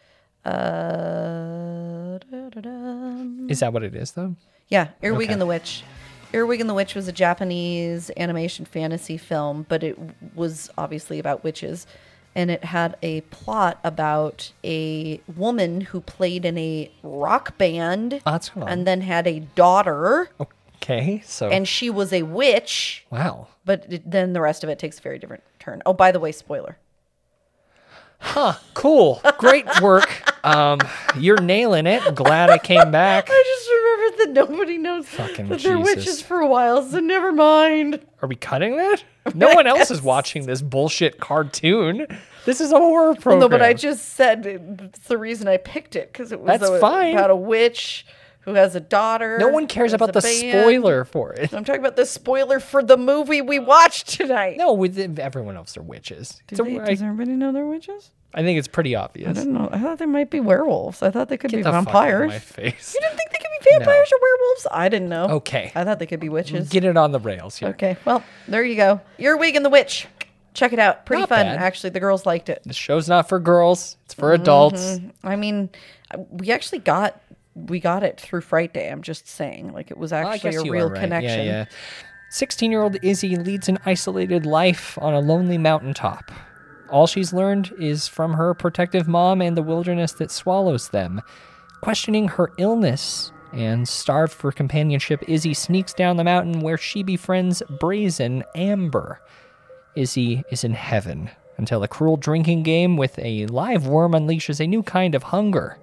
Speaker 4: Uh, da-da-dum.
Speaker 2: Is that what it is, though?
Speaker 4: Yeah, Earwig
Speaker 2: Okay.
Speaker 4: and the Witch. Earwig and the Witch was a Japanese animation fantasy film, but it was obviously about witches. And it had a plot about a woman who played in a rock band
Speaker 2: Oh, That's cool.
Speaker 4: and then had a daughter,
Speaker 2: Okay, so.
Speaker 4: and she was a witch.
Speaker 2: wow.
Speaker 4: But it, then the rest of it takes a very different turn. Oh, by the way, spoiler.
Speaker 2: Huh, cool. Great work. um, you're nailing it. Glad I came back.
Speaker 4: I just remembered that nobody knows
Speaker 2: Fucking
Speaker 4: that they're
Speaker 2: Jesus.
Speaker 4: witches for a while, so never mind.
Speaker 2: Are we cutting that? No one else is watching this bullshit cartoon. This is a horror
Speaker 4: Well,
Speaker 2: program.
Speaker 4: no, but I just said it- it's the reason I picked it because it was
Speaker 2: That's
Speaker 4: a-
Speaker 2: fine.
Speaker 4: about a witch who has a daughter.
Speaker 2: No one cares
Speaker 4: who has
Speaker 2: about the
Speaker 4: a band.
Speaker 2: spoiler for it.
Speaker 4: I'm talking about the spoiler for the movie we watched tonight.
Speaker 2: No, with everyone else are witches.
Speaker 4: Do
Speaker 2: It's a-
Speaker 4: they-
Speaker 2: I-
Speaker 4: does everybody know they're witches?
Speaker 2: I think it's pretty obvious.
Speaker 4: I don't know. I thought they might be werewolves. I thought they could
Speaker 2: Get
Speaker 4: be
Speaker 2: the fuck out of
Speaker 4: vampires.
Speaker 2: my face.
Speaker 4: You didn't think they could be vampires or werewolves? I didn't know.
Speaker 2: Okay.
Speaker 4: I thought they could be witches.
Speaker 2: Get it on the rails here.
Speaker 4: Okay. Well, there you go. Your wig and the witch. Check it out. Pretty
Speaker 2: Not
Speaker 4: fun,
Speaker 2: bad.
Speaker 4: actually. The girls liked it.
Speaker 2: The show's not for girls, it's for adults.
Speaker 4: Mhm. I mean, we actually got we got it through Fright Day. I'm just saying, like it was
Speaker 2: Well, I
Speaker 4: actually
Speaker 2: guess
Speaker 4: a
Speaker 2: you
Speaker 4: real
Speaker 2: are right.
Speaker 4: connection.
Speaker 2: Yeah, yeah. 16 year old Izzy leads an isolated life on a lonely mountaintop. All she's learned is from her protective mom and the wilderness that swallows them. Questioning her illness and starved for companionship, Izzy sneaks down the mountain where she befriends Brazen Amber. Izzy is in heaven until a cruel drinking game with a live worm unleashes a new kind of hunger.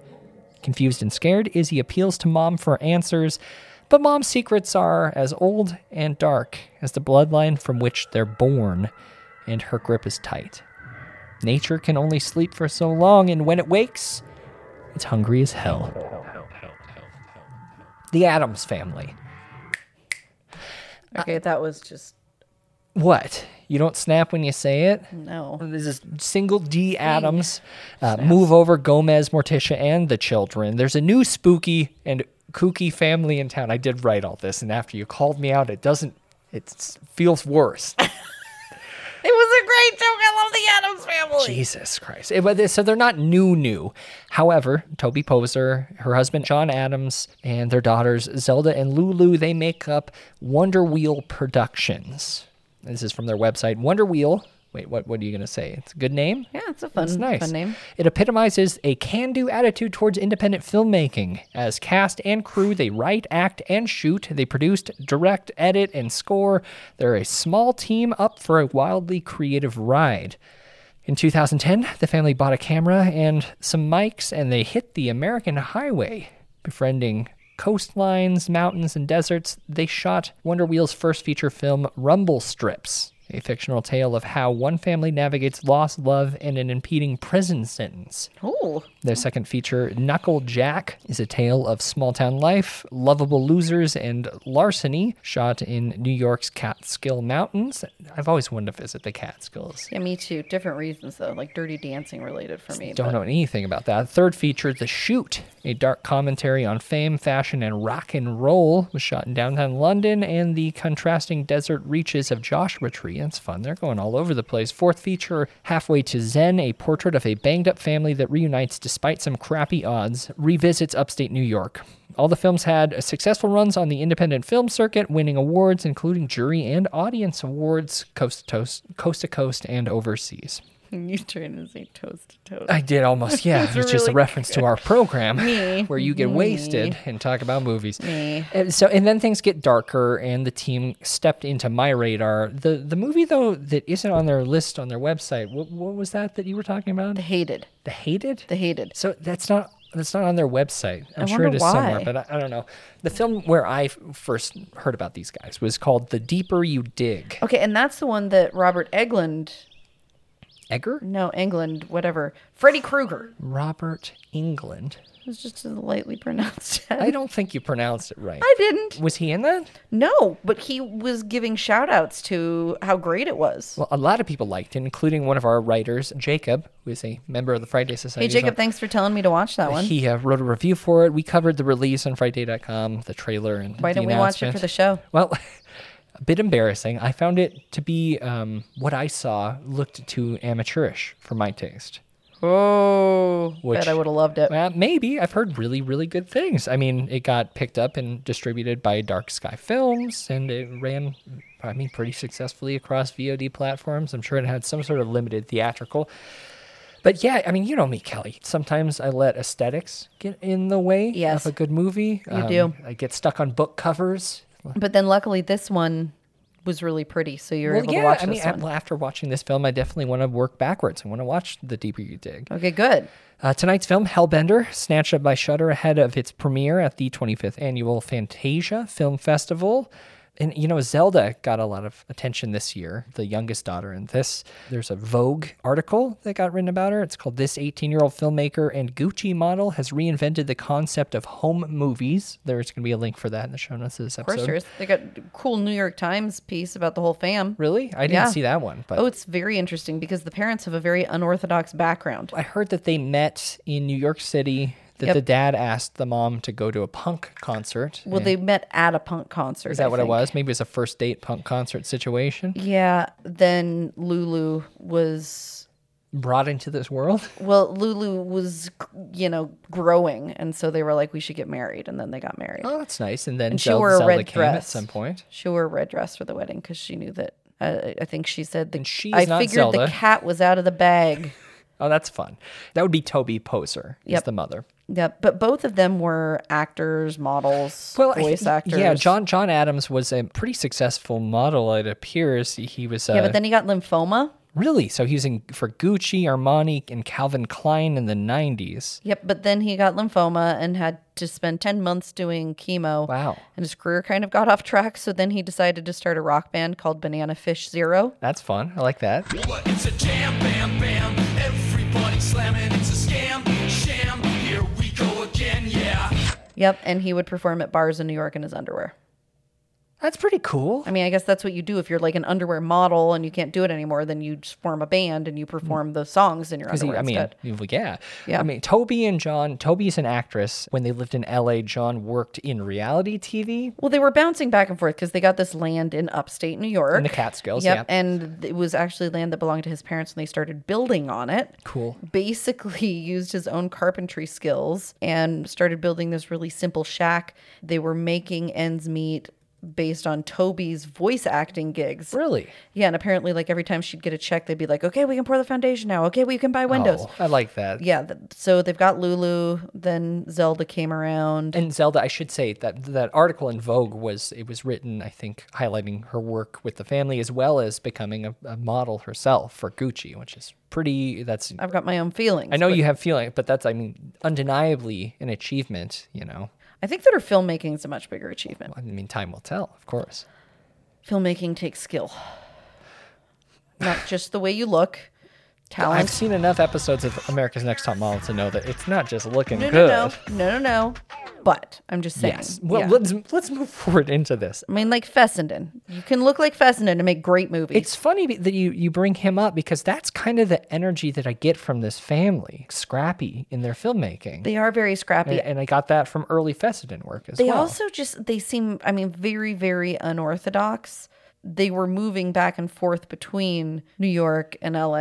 Speaker 2: Confused and scared, Izzy appeals to Mom for answers, but Mom's secrets are as old and dark as the bloodline from which they're born, and her grip is tight. Nature can only sleep for so long, and when it wakes, it's hungry as hell. The Adams family.
Speaker 4: Okay, that was just
Speaker 2: What? You don't snap when you say it?
Speaker 4: no.
Speaker 2: This is single D Adams. Uh, move over Gomez, Morticia, and the children. There's a new spooky and kooky family in town. I did write all this, and after you called me out, it doesn't. It feels worse.
Speaker 4: It was a great joke. I love the Adams family.
Speaker 2: Jesus Christ. It- but they- so they're not new, new. However, Toby Poser, her husband John Adams, and their daughters Zelda and Lulu, they make up Wonder Wheel Productions. This is from their website. Wonder Wheel. Wait, what, what are you going to say? It's a good name?
Speaker 4: Yeah, it's a fun,
Speaker 2: It's nice.
Speaker 4: fun name.
Speaker 2: It epitomizes a can do attitude towards independent filmmaking. As cast and crew, they write, act, and shoot. They produced, direct, edit, and score. They're a small team up for a wildly creative ride. In 2010, the family bought a camera and some mics and they hit the American highway, befriending coastlines, mountains, and deserts. They shot Wonder Wheel's first feature film, Rumble Strips, a fictional tale of how one family navigates loss, love, and an impeding prison sentence.
Speaker 4: Oh,
Speaker 2: Their second feature, Knuckle Jack, is a tale of small town life, lovable losers, and larceny, shot in New York's Catskill Mountains. I've always wanted to visit the Catskills.
Speaker 4: yeah, me too. Different reasons though, like Dirty Dancing related for me.
Speaker 2: Don't know anything about that. Third feature, The Shoot, a dark commentary on fame, fashion, and rock and roll, was shot in downtown London and the contrasting desert reaches of Joshua Tree. That's fun. They're going all over the place. Fourth feature, Halfway to Zen, a portrait of a banged up family that reunites despite some crappy odds, revisits upstate New York. All the films had successful runs on the independent film circuit, winning awards, including jury and audience awards, coast to coast, coast, to coast and overseas.
Speaker 4: you trying to say toast to toast.
Speaker 2: I did almost, yeah.
Speaker 4: That's
Speaker 2: it's just a
Speaker 4: really
Speaker 2: reference to our program
Speaker 4: Me.
Speaker 2: where you get
Speaker 4: Me.
Speaker 2: wasted and talk about movies.
Speaker 4: Me.
Speaker 2: And so, and then things get darker, and the team stepped into my radar. The the movie though that isn't on their list on their website. What, what was that that you were talking about?
Speaker 4: The hated.
Speaker 2: The hated.
Speaker 4: The hated.
Speaker 2: So that's not that's not on their website. I'm
Speaker 4: I
Speaker 2: sure
Speaker 4: wonder
Speaker 2: it is somewhere,
Speaker 4: why.
Speaker 2: but I, I don't know. The film where I f- first heard about these guys was called The Deeper You Dig.
Speaker 4: Okay, and that's the one that Robert Eglund
Speaker 2: Egger?
Speaker 4: No, England, whatever. Freddy Krueger.
Speaker 2: Robert England.
Speaker 4: It was just a lightly pronounced.
Speaker 2: I don't think you pronounced it right.
Speaker 4: I didn't.
Speaker 2: Was he in that?
Speaker 4: No, but he was giving shout outs to how great it was.
Speaker 2: Well, a lot of people liked it, including one of our writers, Jacob, who is a member of the Friday Society.
Speaker 4: hey, Jacob, thanks for telling me to watch that one.
Speaker 2: He uh, wrote a review for it. We covered the release on Friday.com, the trailer, and
Speaker 4: Why
Speaker 2: the
Speaker 4: didn't we watch it
Speaker 2: announcement.
Speaker 4: for the show?
Speaker 2: Well, a bit embarrassing. I found it to be um, what I saw looked too amateurish for my taste.
Speaker 4: Oh, bet I would have loved it.
Speaker 2: Well, Uh, maybe I've heard really, really good things. I mean, it got picked up and distributed by Dark Sky Films, and it ran, I mean, pretty successfully across VOD platforms. I'm sure it had some sort of limited theatrical. But yeah, I mean, you know me, Kelly. Sometimes I let aesthetics get in the way
Speaker 4: Yes.
Speaker 2: of a good movie. Um,
Speaker 4: You do.
Speaker 2: I get stuck on book covers.
Speaker 4: But then luckily, this one was really pretty, so you were
Speaker 2: well,
Speaker 4: able
Speaker 2: yeah,
Speaker 4: to watch
Speaker 2: I mean,
Speaker 4: this
Speaker 2: a-
Speaker 4: one.
Speaker 2: after watching this film, I definitely want to work backwards. I want to watch The Deeper You Dig.
Speaker 4: Okay, good.
Speaker 2: Uh, tonight's film, Hellbender, snatched up by Shudder ahead of its premiere at the 25th annual Fantasia Film Festival. And, you know, Zelda got a lot of attention this year, the youngest daughter in this. There's a Vogue article that got written about her. It's called This 18 Year Old Filmmaker and Gucci Model Has Reinvented the Concept of Home Movies. There's going to be a link for that in the show notes of this
Speaker 4: Of course,
Speaker 2: episode.
Speaker 4: there is. They got a cool New York Times piece about the whole fam.
Speaker 2: Really? I didn't
Speaker 4: Yeah.
Speaker 2: see that one. But
Speaker 4: Oh, it's very interesting because the parents have a very unorthodox background.
Speaker 2: I heard that they met in New York City, that
Speaker 4: Yep.
Speaker 2: the dad asked the mom to go to a punk concert.
Speaker 4: Well,
Speaker 2: and-
Speaker 4: they met at a punk concert.
Speaker 2: Is that
Speaker 4: I
Speaker 2: what it
Speaker 4: think.
Speaker 2: was? Maybe it was a first date punk concert situation
Speaker 4: Yeah. Then Lulu was
Speaker 2: brought into this world.
Speaker 4: well, Lulu was you know growing, and so they were like, we should get married, and then they got married.
Speaker 2: Oh, that's nice. And then
Speaker 4: And she
Speaker 2: Zel-
Speaker 4: wore a
Speaker 2: Zelda
Speaker 4: red
Speaker 2: came at
Speaker 4: dress.
Speaker 2: some point.
Speaker 4: She wore a red dress for the wedding because she knew that. Uh, I think she said that
Speaker 2: she's
Speaker 4: I
Speaker 2: not
Speaker 4: figured
Speaker 2: Zelda.
Speaker 4: the cat was out of the bag.
Speaker 2: Oh, that's fun. That would be Toby Poser. is
Speaker 4: Yep.
Speaker 2: the mother.
Speaker 4: Yeah, but both of them were actors, models,
Speaker 2: Well, I-
Speaker 4: voice actors.
Speaker 2: Yeah, John John Adams was a pretty successful model. It appears he was. Uh,
Speaker 4: yeah, but then he got lymphoma.
Speaker 2: really, so he was in for Gucci, Armani, and Calvin Klein in the '90s.
Speaker 4: Yep, but then he got lymphoma and had to spend 10 months doing chemo.
Speaker 2: Wow.
Speaker 4: And his career kind of got off track, so then he decided to start a rock band called Banana Fish Zero.
Speaker 2: That's fun. I like that.
Speaker 15: What? It's a jam, bam, bam. Everybody slamming. It's a scam, sham. Here we go again, yeah.
Speaker 4: Yep, and he would perform at bars in New York in his underwear.
Speaker 2: That's pretty cool.
Speaker 4: I mean, I guess that's what you do if you're like an underwear model and you can't do it anymore, then you just form a band and you perform those songs in your
Speaker 2: Mm-hmm. Because
Speaker 4: underwear
Speaker 2: I mean,
Speaker 4: instead.
Speaker 2: you- yeah,
Speaker 4: Yeah.
Speaker 2: I mean, Toby and John. Toby's an actress. When they lived in L.A., John worked in reality TV.
Speaker 4: Well, they were bouncing back and forth because they got this land in upstate New York.
Speaker 2: In the Catskills,
Speaker 4: Yep,
Speaker 2: yeah.
Speaker 4: And it was actually land that belonged to his parents and they started building on it.
Speaker 2: Cool.
Speaker 4: Basically used his own carpentry skills and started building this really simple shack. They were making ends meet based on Toby's voice acting gigs.
Speaker 2: Really?
Speaker 4: Yeah, and apparently like every time she'd get a check, they'd be like, "Okay, we can pour the foundation now. Okay, we can buy windows."
Speaker 2: Oh, I like that.
Speaker 4: Yeah, th- so they've got Lulu, then Zelda came around.
Speaker 2: And Zelda, I should say that that article in Vogue was it was written, I think, highlighting her work with the family as well as becoming a, a model herself for Gucci, which is pretty. That's
Speaker 4: I've got my own feelings.
Speaker 2: I know
Speaker 4: but-
Speaker 2: you have feeling, but that's I mean, undeniably an achievement. You know,
Speaker 4: I think that her filmmaking is a much bigger achievement.
Speaker 2: I mean, time will tell, of course.
Speaker 4: Filmmaking takes skill, not just the way you look, talent.
Speaker 2: Oh, I've seen enough episodes of America's Next Top Model to know that it's not just looking
Speaker 4: no,
Speaker 2: good.
Speaker 4: no, no, no, no, no. But I'm just saying.
Speaker 2: Yes. Well,
Speaker 4: yeah.
Speaker 2: let's let's move forward into this.
Speaker 4: I mean, like Fessenden. You can look like Fessenden and make great movies.
Speaker 2: It's funny be- that you you bring him up because that's kind of the energy that I get from this family, scrappy in their filmmaking.
Speaker 4: they are very scrappy.
Speaker 2: and, and I got that from early Fessenden work as
Speaker 4: they
Speaker 2: well.
Speaker 4: also just they seem i mean very very unorthodox they were moving back and forth between new york and la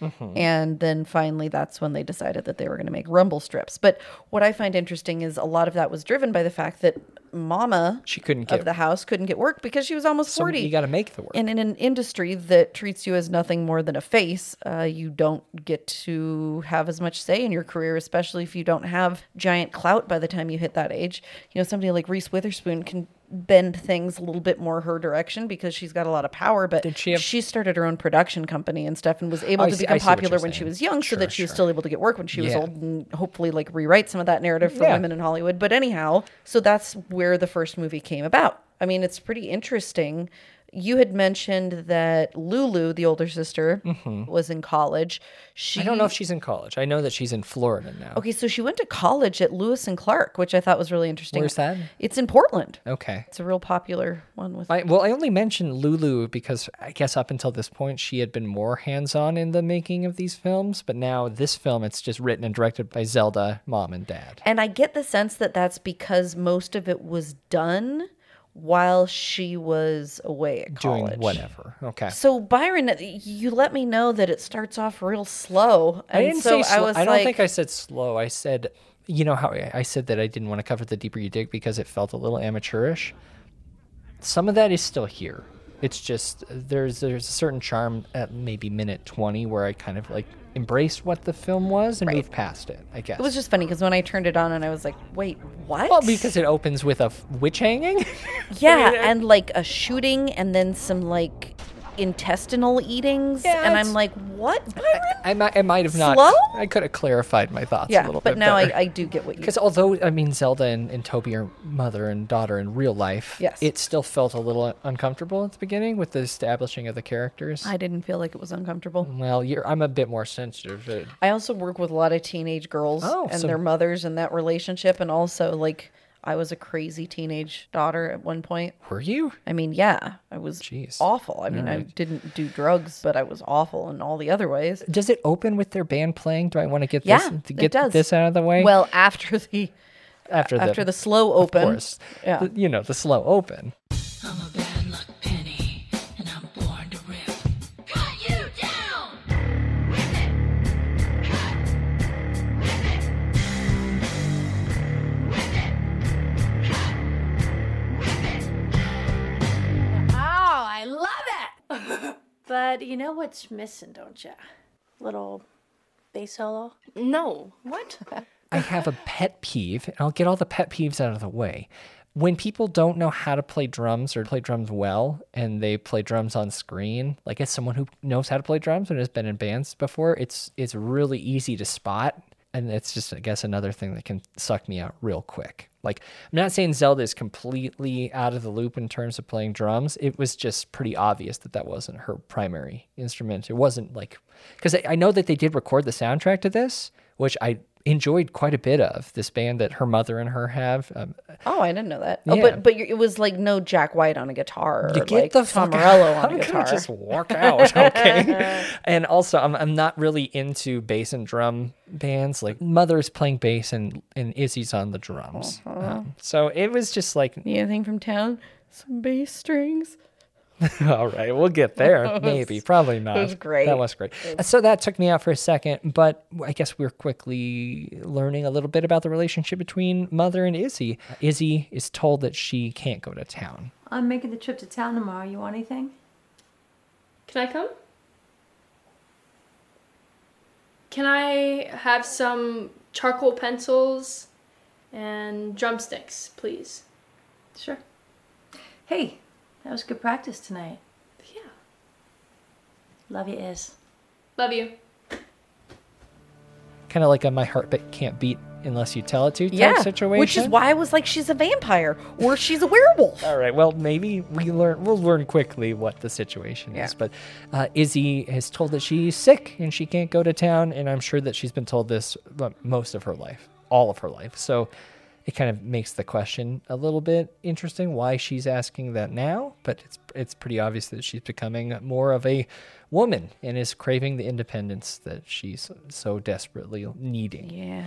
Speaker 2: Mhm.
Speaker 4: and then finally that's when they decided that they were going to make rumble strips but what i find interesting is a lot of that was driven by the fact that mama
Speaker 2: she couldn't
Speaker 4: of
Speaker 2: get
Speaker 4: the house couldn't get work because she was almost
Speaker 2: so
Speaker 4: 40
Speaker 2: you got to make the work.
Speaker 4: and in an industry that treats you as nothing more than a face, uh, you don't get to have as much say in your career, especially if you don't have giant clout by the time you hit that age. You know, somebody like Reese Witherspoon can bend things a little bit more her direction because she's got a lot of power. But
Speaker 2: Did she have-
Speaker 4: started her own production company and stuff and was able
Speaker 2: I
Speaker 4: to
Speaker 2: see- I
Speaker 4: become
Speaker 2: see what
Speaker 4: popular
Speaker 2: you're
Speaker 4: when she
Speaker 2: saying.
Speaker 4: was young,
Speaker 2: Sure,
Speaker 4: so that she was
Speaker 2: sure.
Speaker 4: still able to get work when she was
Speaker 2: Yeah.
Speaker 4: old and hopefully like rewrite some of that narrative for
Speaker 2: Yeah.
Speaker 4: women in Hollywood. But anyhow, so that's where the first movie came about. I mean, it's pretty interesting you had mentioned that Lulu, the older sister,
Speaker 2: Mhm.
Speaker 4: was in college. She
Speaker 2: I don't know if she's in college. I know that she's in Florida now.
Speaker 4: Okay, so she went to college at Lewis and Clark, which I thought was really interesting.
Speaker 2: Where's that?
Speaker 4: It's in Portland.
Speaker 2: Okay.
Speaker 4: It's a real popular one with
Speaker 2: I, well, I only mentioned Lulu because I guess up until this point she had been more hands-on in the making of these films, but now this film it's just written and directed by Zelda, mom and dad.
Speaker 4: And I get the sense that that's because most of it was done while she was away at college.
Speaker 2: Doing whatever. Okay.
Speaker 4: So Byron, you let me know that it starts off real slow.
Speaker 2: I
Speaker 4: and
Speaker 2: didn't
Speaker 4: so
Speaker 2: say slow. I,
Speaker 4: I was
Speaker 2: don't
Speaker 4: like,
Speaker 2: think I said slow. I said, you know how I I said that I didn't want to cover the deeper you dig because it felt a little amateurish. Some of that is still here. It's just there's there's a certain charm at maybe minute twenty where I kind of like embraced what the film was and moved past it. I guess
Speaker 4: it was just funny because when I turned it on and I was like, wait, what?
Speaker 2: well because it opens with a f- witch hanging.
Speaker 4: yeah, and like a shooting and then some like intestinal eatings.
Speaker 2: Yeah,
Speaker 4: and
Speaker 2: it's-
Speaker 4: I'm like, what, Byron?
Speaker 2: I might, I might have not.
Speaker 4: Slow?
Speaker 2: I could have clarified my thoughts a
Speaker 4: yeah,
Speaker 2: little
Speaker 4: but
Speaker 2: bit.
Speaker 4: now I,
Speaker 2: better.
Speaker 4: I do get what you
Speaker 2: Because although I mean Zelda and, and Toby are mother and daughter in real life,
Speaker 4: Yes.
Speaker 2: it still felt a little uncomfortable at the beginning with the establishing of the characters.
Speaker 4: I didn't feel like it was uncomfortable.
Speaker 2: well, you're, I'm a bit more sensitive. to-
Speaker 4: I also work with a lot of teenage girls
Speaker 2: Oh,
Speaker 4: and
Speaker 2: so-
Speaker 4: their mothers and that relationship. And also, like, I was a crazy teenage daughter at one point.
Speaker 2: Were you?
Speaker 4: I mean, yeah, I was awful. I mean, I
Speaker 2: Alright.
Speaker 4: didn't do drugs, but I was awful in all the other ways.
Speaker 2: Does it open with their band playing? Do I want to get
Speaker 4: Yeah,
Speaker 2: this to
Speaker 4: it
Speaker 2: get
Speaker 4: does.
Speaker 2: this out of the way?
Speaker 4: Well, after the
Speaker 2: after the,
Speaker 4: after the slow
Speaker 2: of
Speaker 4: open,
Speaker 2: course,
Speaker 4: yeah.
Speaker 2: The- you know the slow open.
Speaker 9: Oh, I love it! but you know what's missing, don't you? Little bass solo? No. What?
Speaker 2: I have a pet peeve, and I'll get all the pet peeves out of the way. When people don't know how to play drums or play drums well, and they play drums on screen, like as someone who knows how to play drums and has been in bands before, it's it's really easy to spot, and it's just I guess another thing that can suck me out real quick. Like I'm not saying Zelda is completely out of the loop in terms of playing drums. It was just pretty obvious that that wasn't her primary instrument. It wasn't like because I, I know that they did record the soundtrack to this, which I enjoyed quite a bit of this band that her mother and her have. Um,
Speaker 4: Oh, I didn't know that. Oh,
Speaker 2: Yeah.
Speaker 4: but but you- it was like no Jack White on a guitar, or
Speaker 2: You get
Speaker 4: like
Speaker 2: the fuck
Speaker 4: Tom Morello
Speaker 2: out.
Speaker 4: on a
Speaker 2: I'm gonna
Speaker 4: guitar.
Speaker 2: just walk out, okay? and also, I'm, I'm not really into bass and drum bands. Like Mother's playing bass and and Izzy's on the drums.
Speaker 4: Uh-huh.
Speaker 2: Um, so it was just like,
Speaker 4: Need anything from town? Some bass strings.
Speaker 2: all right, we'll get there.
Speaker 4: That was-
Speaker 2: Maybe, probably not.
Speaker 4: was great.
Speaker 2: That was great. And so that took me out for a second, but I guess we're quickly learning a little bit about the relationship between Mother and Izzy. Izzy is told that she can't go to town.
Speaker 16: I'm making the trip to town tomorrow. You want anything?
Speaker 9: Can I come? Can I have some charcoal pencils and drumsticks, please? Sure.
Speaker 16: Hey, that was good practice tonight.
Speaker 9: Yeah.
Speaker 16: Love you, Is.
Speaker 9: Love you.
Speaker 2: kind of like a my heart that can't beat unless you tell it to type
Speaker 4: Yeah,
Speaker 2: situation.
Speaker 4: which is why I was like, she's a vampire or she's a werewolf.
Speaker 2: All right. Well, maybe we learn. We'll learn quickly what the situation
Speaker 4: Yeah.
Speaker 2: is. But uh, Izzy is told that she's sick and she can't go to town, and I'm sure that she's been told this uh, most of her life, all of her life. So it kind of makes the question a little bit interesting why she's asking that now. But it's it's pretty obvious that she's becoming more of a woman and is craving the independence that she's so desperately needing.
Speaker 4: Yeah.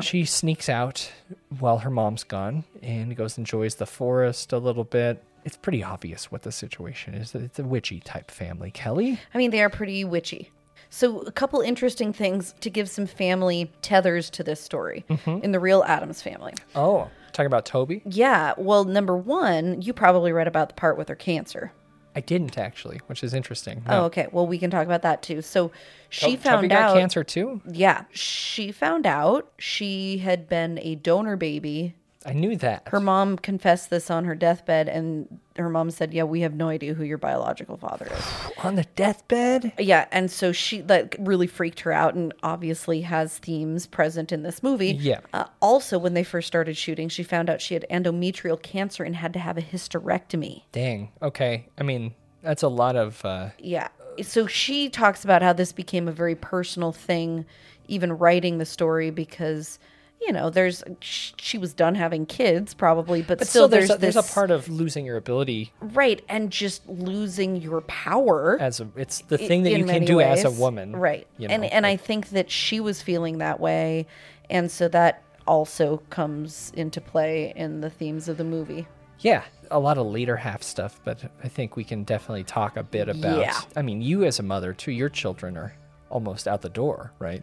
Speaker 2: She sneaks out while her mom's gone and goes and enjoys the forest a little bit. It's pretty obvious what the situation is. It's a witchy type family, Kelly.
Speaker 4: I mean, they are pretty witchy. So, a couple interesting things to give some family tethers to this story in the real Adams family.
Speaker 2: Oh, talking about Toby?
Speaker 4: Yeah. Well, number one, you probably read about the part with her cancer.
Speaker 2: I didn't actually, which is interesting.
Speaker 4: Oh,
Speaker 2: No.
Speaker 4: okay. Well, we can talk about that too. So, she
Speaker 2: Toby
Speaker 4: found
Speaker 2: got
Speaker 4: out
Speaker 2: cancer too.
Speaker 4: Yeah, she found out she had been a donor baby
Speaker 2: I knew that.
Speaker 4: Her mom confessed this on her deathbed, and her mom said, "Yeah, we have no idea who your biological father is."
Speaker 2: on the deathbed.
Speaker 4: Yeah, and so she like really freaked her out, and obviously has themes present in this movie.
Speaker 2: Yeah.
Speaker 4: Uh, also, when they first started shooting, she found out she had endometrial cancer and had to have a hysterectomy.
Speaker 2: Dang. Okay. I mean, that's a lot of. Uh,
Speaker 4: Yeah. So she talks about how this became a very personal thing, even writing the story because. You know, there's sh- she was done having kids probably, but,
Speaker 2: but
Speaker 4: still, there's
Speaker 2: a,
Speaker 4: this,
Speaker 2: there's a part of losing your ability
Speaker 4: right, and just losing your power
Speaker 2: as a. It's the thing that
Speaker 4: in
Speaker 2: you can
Speaker 4: many
Speaker 2: do as a
Speaker 4: ways.
Speaker 2: woman.
Speaker 4: right?
Speaker 2: You
Speaker 4: and
Speaker 2: know?
Speaker 4: and I think that she was feeling that way, and so that also comes into play in the themes of the movie.
Speaker 2: Yeah, a lot of later half stuff, but I think we can definitely talk a bit about.
Speaker 4: Yeah.
Speaker 2: I mean, you as a mother too, your children are almost out the door, right?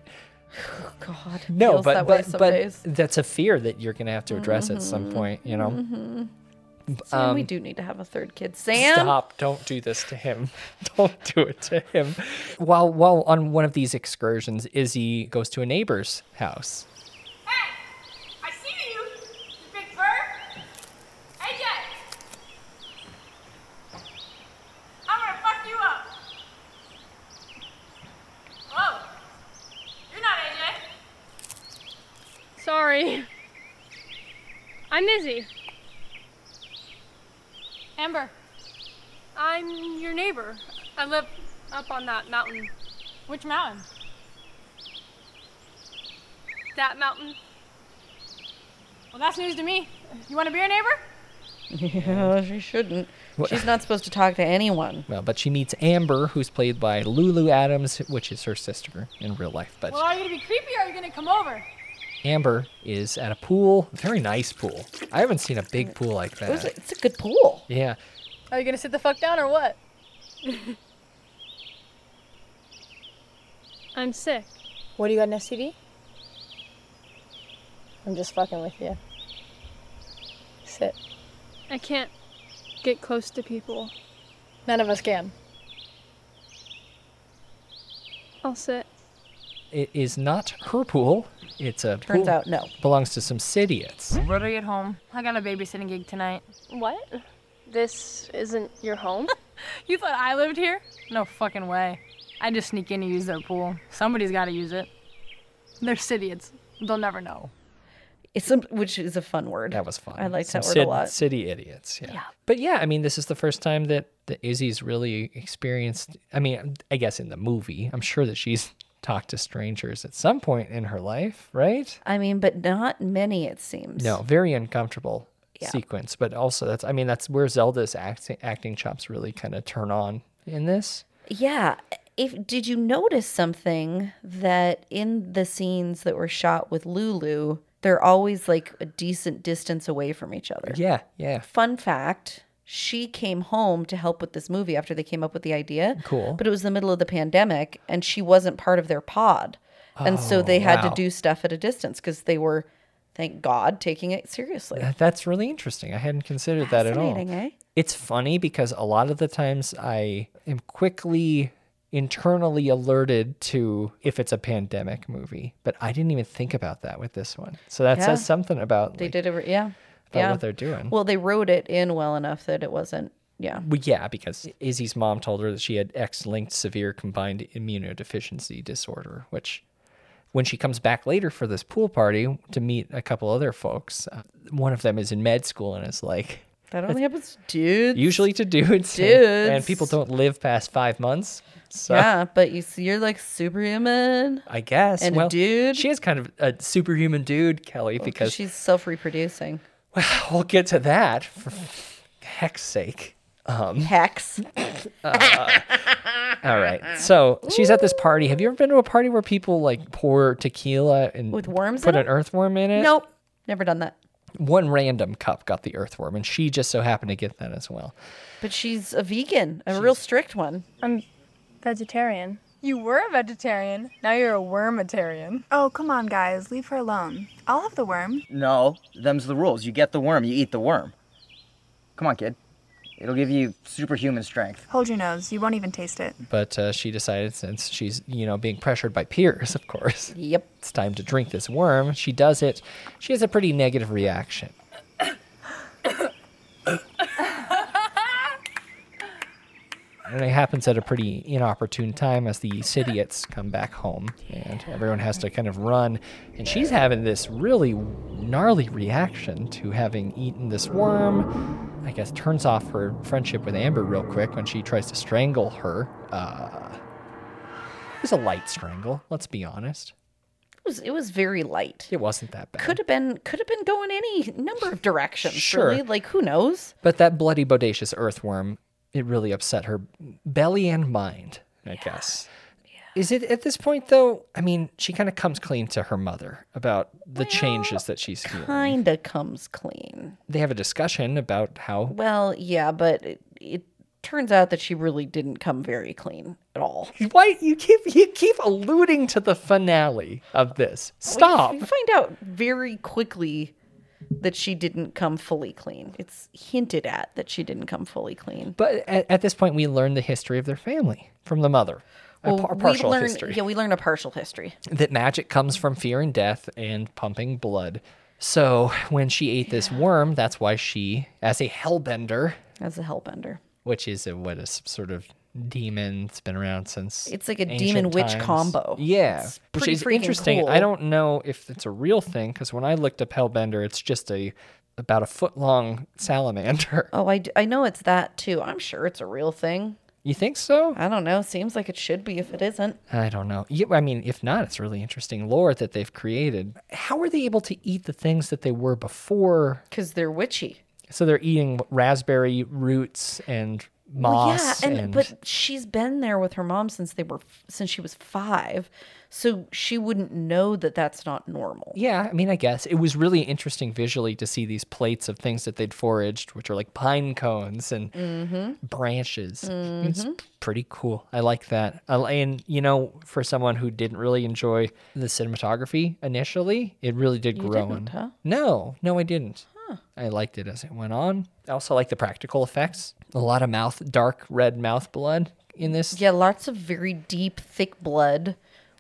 Speaker 4: God, it
Speaker 2: No,
Speaker 4: feels
Speaker 2: but
Speaker 4: that way
Speaker 2: but,
Speaker 4: some
Speaker 2: but
Speaker 4: days. Mm-hmm.
Speaker 2: that's a fear that you're going to have to address at some point, you know.
Speaker 4: Mhm. Sam, we
Speaker 2: Um,
Speaker 4: do need to have a third kid. Sam,
Speaker 2: Stop! Don't do this to him. Don't do it to him. While while on one of these excursions, Izzy goes to a neighbor's house.
Speaker 15: I see you, you big bird. AJ! I'm gonna fuck you up. Whoa. You're not AJ. Sorry. I'm Izzy. Amber. I'm your neighbor. I live up on that mountain. Which mountain? That mountain. Well, that's news to me. You want to be your neighbor?
Speaker 4: yeah, she shouldn't.
Speaker 2: What-
Speaker 4: She's not supposed to talk to anyone.
Speaker 2: Well, but she meets Amber, who's played by Lulu Adams, which is her sister in real life. But
Speaker 15: Well, are you gonna be creepy or are you gonna come over?
Speaker 2: Amber is at a pool, very nice pool. I haven't seen a big pool like
Speaker 4: It was-
Speaker 2: that.
Speaker 4: it's a good pool.
Speaker 2: Yeah,
Speaker 15: Are you gonna sit the fuck down or what? I'm sick. What do you got an STD?
Speaker 17: I'm just fucking with you. Sit.
Speaker 15: I can't get close to people.
Speaker 17: None of us can.
Speaker 15: I'll sit.
Speaker 2: it is not her pool. It's a
Speaker 15: Turns
Speaker 2: pool-
Speaker 15: out, no.
Speaker 2: belongs to some city idiots.
Speaker 17: Rotary at home. I got a babysitting gig tonight. What? This isn't your home?
Speaker 13: You thought I lived here?
Speaker 17: No fucking way. I just sneak in to use their pool. Somebody's got to use it. They're idiots. They'll never know.
Speaker 4: It's a, which is a fun word. That
Speaker 2: was fun.
Speaker 4: I liked
Speaker 2: Some
Speaker 4: that word
Speaker 2: cid-
Speaker 4: a lot.
Speaker 2: City idiots. Yeah. But yeah, I mean, this is the first time that that Izzy's really experienced. I mean, I guess in the movie, I'm sure that she's talked to strangers at some point in her life, right?
Speaker 4: I mean, but not many, it seems.
Speaker 2: No, very uncomfortable sequence. But also, that's I mean, that's where Zelda's acting acting chops really kind of turn on in this.
Speaker 4: Yeah. If did you notice something that in the scenes that were shot with Lulu, they're always like a decent distance away from each other.
Speaker 2: Yeah, yeah.
Speaker 4: Fun fact, she came home to help with this movie after they came up with the idea.
Speaker 2: Cool.
Speaker 4: But it was the middle of the pandemic and she wasn't part of their pod. and so
Speaker 2: Oh,
Speaker 4: they had
Speaker 2: wow.
Speaker 4: to do stuff at a distance because they were, thank God, taking it seriously.
Speaker 2: That- That's really interesting. I hadn't considered that at all.
Speaker 4: Fascinating, eh?
Speaker 2: It's funny because a lot of the times I am quickly internally alerted to if it's a pandemic movie, but I didn't even think about that with this one. So that
Speaker 4: Yeah.
Speaker 2: says something about
Speaker 4: They
Speaker 2: like,
Speaker 4: did it, re- yeah.
Speaker 2: about
Speaker 4: yeah.
Speaker 2: what they're doing.
Speaker 4: Well, they wrote it in well enough that it wasn't, yeah.
Speaker 2: Well, yeah, because Izzy's mom told her that she had X-linked severe combined immunodeficiency disorder, which when she comes back later for this pool party to meet a couple other folks, uh, one of them is in med school and is like
Speaker 4: That only happens to dudes.
Speaker 2: usually to dudes, and-
Speaker 4: Dudes.
Speaker 2: And, people don't live past five months. So
Speaker 4: Yeah, but you see, you're like superhuman.
Speaker 2: I guess.
Speaker 4: And a
Speaker 2: well,
Speaker 4: dude. Oh,
Speaker 2: She is kind of a superhuman dude, Kelly, because
Speaker 4: she's self-reproducing.
Speaker 2: we'll get to that for heck's sake. Um,
Speaker 4: Hex.
Speaker 2: uh, all right. So she's at this party. Have you ever been to a party where people like pour tequila and
Speaker 4: With worms
Speaker 2: put
Speaker 4: in
Speaker 2: an
Speaker 4: it?
Speaker 2: earthworm in it?
Speaker 4: Nope, never done that.
Speaker 2: One random cup got the earthworm, and she just so happened to get that as well.
Speaker 4: But she's a vegan, a real strict one.
Speaker 17: I'm vegetarian.
Speaker 13: You were a vegetarian. Now you're a wormitarian.
Speaker 17: Oh, come on, guys. Leave her alone. I'll have the worm.
Speaker 18: No, them's the rules. You get the worm, you eat the worm. Come on, kid. It'll give you superhuman strength.
Speaker 17: Hold your nose. You won't even taste it.
Speaker 2: But uh, she decided, since she's you know being pressured by peers, of course.
Speaker 4: Yep.
Speaker 2: It's time to drink this worm. She does it. She has a pretty negative reaction. And it happens at a pretty inopportune time as the Sidiots come back home and everyone has to kind of run. And she's having this really gnarly reaction to having eaten this worm. I guess turns off her friendship with Amber real quick when she tries to strangle her. Uh, it was a light strangle, let's be honest.
Speaker 4: It was it was very light.
Speaker 2: It wasn't that bad.
Speaker 4: Could have been could have been going any number of directions.
Speaker 2: Sure.
Speaker 4: Really. Like who knows?
Speaker 2: But that bloody bodacious earthworm, it really upset her belly and mind, I guess. Is it at this point though? I mean, she kind of comes clean to her mother about the changes that she's feeling.
Speaker 4: Kinda comes clean.
Speaker 2: They have a discussion about how
Speaker 4: Well, yeah, but it, it turns out that she really didn't come very clean at all.
Speaker 2: Why you keep you keep alluding to the finale of this. Stop.
Speaker 4: We find out very quickly that she didn't come fully clean. It's hinted at that she didn't come fully clean.
Speaker 2: But at, at this point, we learn the history of their family from the mother. A par- partial
Speaker 4: we learn,
Speaker 2: history.
Speaker 4: Yeah, we learn a partial history.
Speaker 2: that magic comes from fear and death and pumping blood. So when she ate this worm, that's why she, as a hellbender,
Speaker 4: As a hellbender.
Speaker 2: which is a, what is sort of demon that's been around since
Speaker 4: It's like a
Speaker 2: ancient
Speaker 4: demon witch
Speaker 2: times.
Speaker 4: combo.
Speaker 2: Yeah,
Speaker 4: It's
Speaker 2: which
Speaker 4: pretty
Speaker 2: is
Speaker 4: freaking
Speaker 2: interesting. I
Speaker 4: cool.
Speaker 2: don't know if it's a real thing because when I looked up hellbender, it's just a about a foot long salamander.
Speaker 4: Oh, I, d- I know it's that too. I'm sure it's a real thing.
Speaker 2: You think so?
Speaker 4: I don't know. Seems like it should be if it isn't.
Speaker 2: I don't know. Yeah, I mean, if not, it's really interesting lore that they've created. How are they able to eat the things that they were before?
Speaker 4: Because they're witchy.
Speaker 2: So they're eating raspberry roots and moss.
Speaker 4: yeah, and,
Speaker 2: and,
Speaker 4: but she's been there with her mom since they were since she was 5. So she wouldn't know that that's not normal.
Speaker 2: yeah, I mean, I guess it was really interesting visually to see these plates of things that they'd foraged, which are like pine cones and
Speaker 4: Mhm.
Speaker 2: branches. It's
Speaker 4: Mhm.
Speaker 2: pretty cool. I like that. I li- And you know, for someone who didn't really enjoy the cinematography initially, it really did
Speaker 4: You
Speaker 2: grow
Speaker 4: didn't,
Speaker 2: on.
Speaker 4: huh?
Speaker 2: No, no, I didn't. I liked it as it went on. I also like the practical effects. A lot of mouth, dark red mouth blood in this.
Speaker 4: Yeah, lots of very deep, thick blood.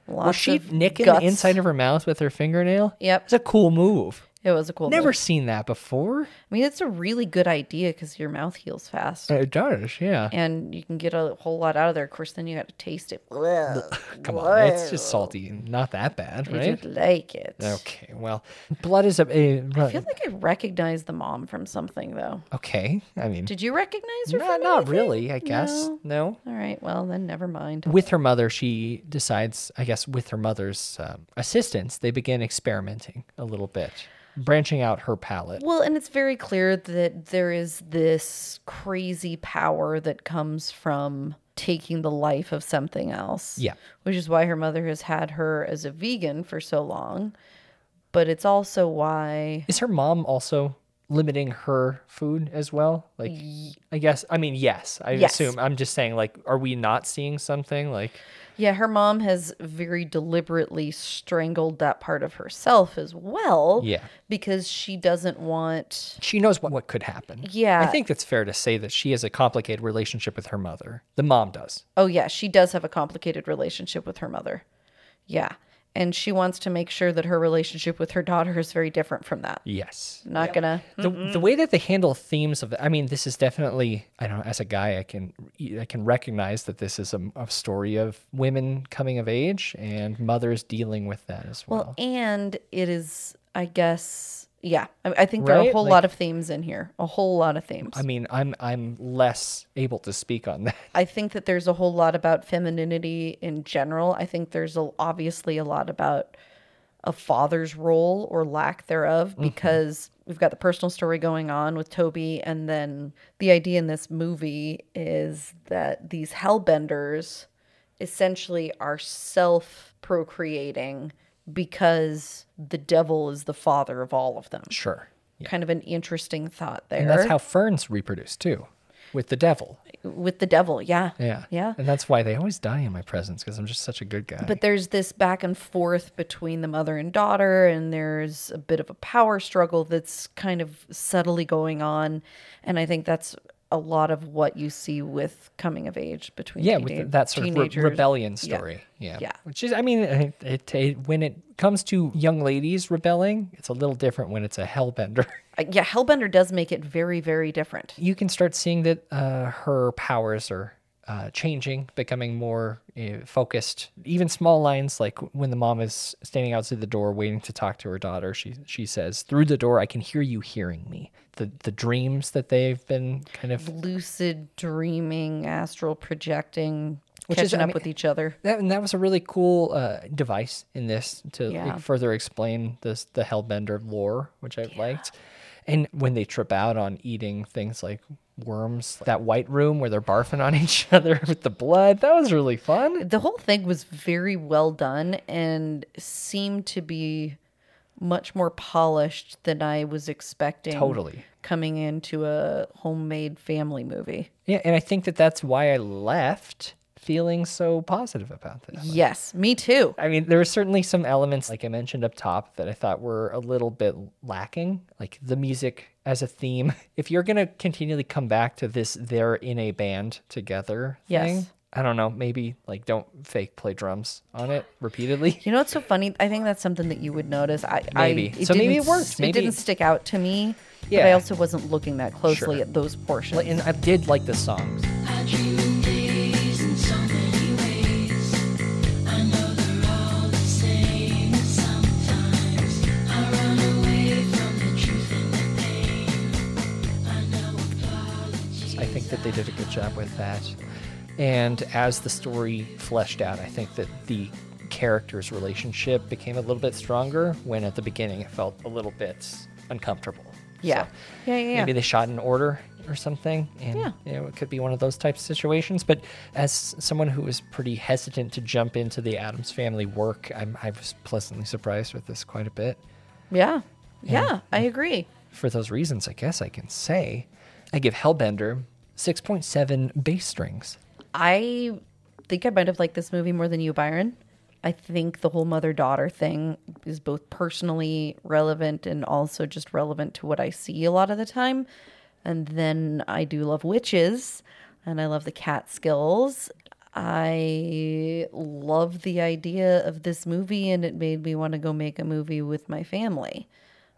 Speaker 4: Lots
Speaker 2: Was she
Speaker 4: of
Speaker 2: nicking
Speaker 4: guts.
Speaker 2: the inside of her mouth with her fingernail?
Speaker 4: Yep.
Speaker 2: It's a cool move.
Speaker 4: It was a cool.
Speaker 2: Never
Speaker 4: move.
Speaker 2: seen that before.
Speaker 4: I mean, it's a really good idea because your mouth heals fast,
Speaker 2: It does, Uh, yeah.
Speaker 4: and you can get a whole lot out of there. Of course, then you got to taste it.
Speaker 2: Come on, it's just salty, and not that bad,
Speaker 4: You
Speaker 2: right?
Speaker 4: did like it.
Speaker 2: Okay, well, blood is a. a
Speaker 4: I feel like I recognize the mom from something though.
Speaker 2: okay, I mean,
Speaker 4: Did you recognize her?
Speaker 2: No,
Speaker 4: from
Speaker 2: not
Speaker 4: anything?
Speaker 2: really, I guess. No.
Speaker 4: All right. Well, then never mind.
Speaker 2: with her mother, she decides, I guess, with her mother's um, assistance, they begin experimenting a little bit, branching out her palette.
Speaker 4: Well, and it's very clear that there is this crazy power that comes from taking the life of something else.
Speaker 2: Yeah.
Speaker 4: Which is why her mother has had her as a vegan for so long. But it's also why
Speaker 2: Is her mom also limiting her food as well? Like, I guess, I mean, yes, I
Speaker 4: Yes.
Speaker 2: assume. I'm just saying, like, are we not seeing something? Like,
Speaker 4: yeah, her mom has very deliberately strangled that part of herself as well.
Speaker 2: Yeah.
Speaker 4: Because she doesn't want
Speaker 2: she knows what, what could happen. I
Speaker 4: Yeah.
Speaker 2: think that's fair to say that she has a complicated relationship with her mother. The mom does.
Speaker 4: Oh yeah, she does have a complicated relationship with her mother. Yeah. And she wants to make sure that her relationship with her daughter is very different from that.
Speaker 2: Yes.
Speaker 4: Not gonna
Speaker 2: the, the way that they handle themes of i mean this is definitely i don't know as a guy i can i can recognize that this is a, a story of women coming of age and mothers dealing with that as well,
Speaker 4: Well, and it is, I guess, yeah. I, I think there are
Speaker 2: Right?
Speaker 4: a whole
Speaker 2: Like-
Speaker 4: lot of themes in here. A whole lot of themes.
Speaker 2: i mean i'm i'm less able to speak on that
Speaker 4: I think that there's a whole lot about femininity in general. I think there's a, obviously a lot about a father's role or lack thereof
Speaker 2: Mm-hmm.
Speaker 4: because we've got the personal story going on with Toby. And then the idea in this movie is that these hellbenders essentially are self procreating because the devil is the father of all of them.
Speaker 2: sure
Speaker 4: Kind of an interesting thought there.
Speaker 2: and that's how ferns reproduce too with the devil
Speaker 4: with the devil, yeah.
Speaker 2: yeah
Speaker 4: Yeah.
Speaker 2: and that's why they always die in my presence because i'm just such a good guy
Speaker 4: But there's this back and forth between the mother and daughter, and there's a bit of a power struggle that's kind of subtly going on. And I think that's a lot of what you see with coming of age between
Speaker 2: yeah
Speaker 4: teenage-
Speaker 2: with that sort of re-
Speaker 4: teenagers.
Speaker 2: rebellion
Speaker 4: Yeah.
Speaker 2: story yeah.
Speaker 4: Yeah.
Speaker 2: which is i mean it, it, it- when it comes to young ladies rebelling it's a little different when it's a hellbender
Speaker 4: Uh, yeah, Hellbender does make it very, very different.
Speaker 2: You can start seeing that uh, her powers are uh, changing, becoming more uh, focused. Even small lines like when the mom is standing outside the door waiting to talk to her daughter, she she says, "Through the door, I can hear you hearing me." The the dreams that they've been kind of
Speaker 4: Lucid dreaming, astral projecting,
Speaker 2: Which is-
Speaker 4: catching
Speaker 2: I
Speaker 4: up
Speaker 2: mean-
Speaker 4: with each other.
Speaker 2: That, and that was a really cool uh, device in this to
Speaker 4: Yeah.
Speaker 2: further explain this the Hellbender lore, which I liked. And when they trip out on eating things like worms, that white room where they're barfing on each other with the blood, that was really fun.
Speaker 4: The whole thing was very well done and seemed to be much more polished than I was expecting.
Speaker 2: Totally.
Speaker 4: Coming into a homemade family movie.
Speaker 2: Yeah, and I think that that's why I left feeling so positive about this.
Speaker 4: Yes, me too.
Speaker 2: I mean, there were certainly some elements, like I mentioned up top, that I thought were a little bit lacking, like the music as a theme. If you're going to continually come back to this, they're in a band together
Speaker 4: Yes.
Speaker 2: thing, I don't know, maybe like don't fake play drums on it repeatedly.
Speaker 4: You know what's so funny? I think that's something that you would notice. I,
Speaker 2: Maybe.
Speaker 4: I, it
Speaker 2: So maybe
Speaker 4: didn't
Speaker 2: it worked.
Speaker 4: s-
Speaker 2: Maybe-
Speaker 4: it didn't stick out to me. But I
Speaker 2: Yeah.
Speaker 4: also wasn't looking that closely
Speaker 2: Sure.
Speaker 4: at those portions.
Speaker 2: And I did like the songs.
Speaker 15: I dream days in so many ways. I know they're all the same. Sometimes I run away from the truth and the pain. I know
Speaker 2: I think that they did a good job with that. And as the story fleshed out, I think that the characters' relationship became a little bit stronger when at the beginning it felt a little bit uncomfortable.
Speaker 4: Yeah. yeah, yeah, yeah.
Speaker 2: Maybe they shot in order or something. And,
Speaker 4: Yeah.
Speaker 2: you know, it could be one of those types of situations. But as someone who was pretty hesitant to jump into the Adams family work, I'm, I was pleasantly surprised with this quite a bit.
Speaker 4: yeah.
Speaker 2: Yeah.
Speaker 4: Yeah, I agree.
Speaker 2: For those reasons, I guess I can say I give Hellbender 6.7 bass strings.
Speaker 4: I think I might have liked this movie more than you, Byron. I think the whole mother daughter thing is both personally relevant and also just relevant to what I see a lot of the time. And then I do love witches and I love the cat skills. I love the idea of this movie and it made me want to go make a movie with my family.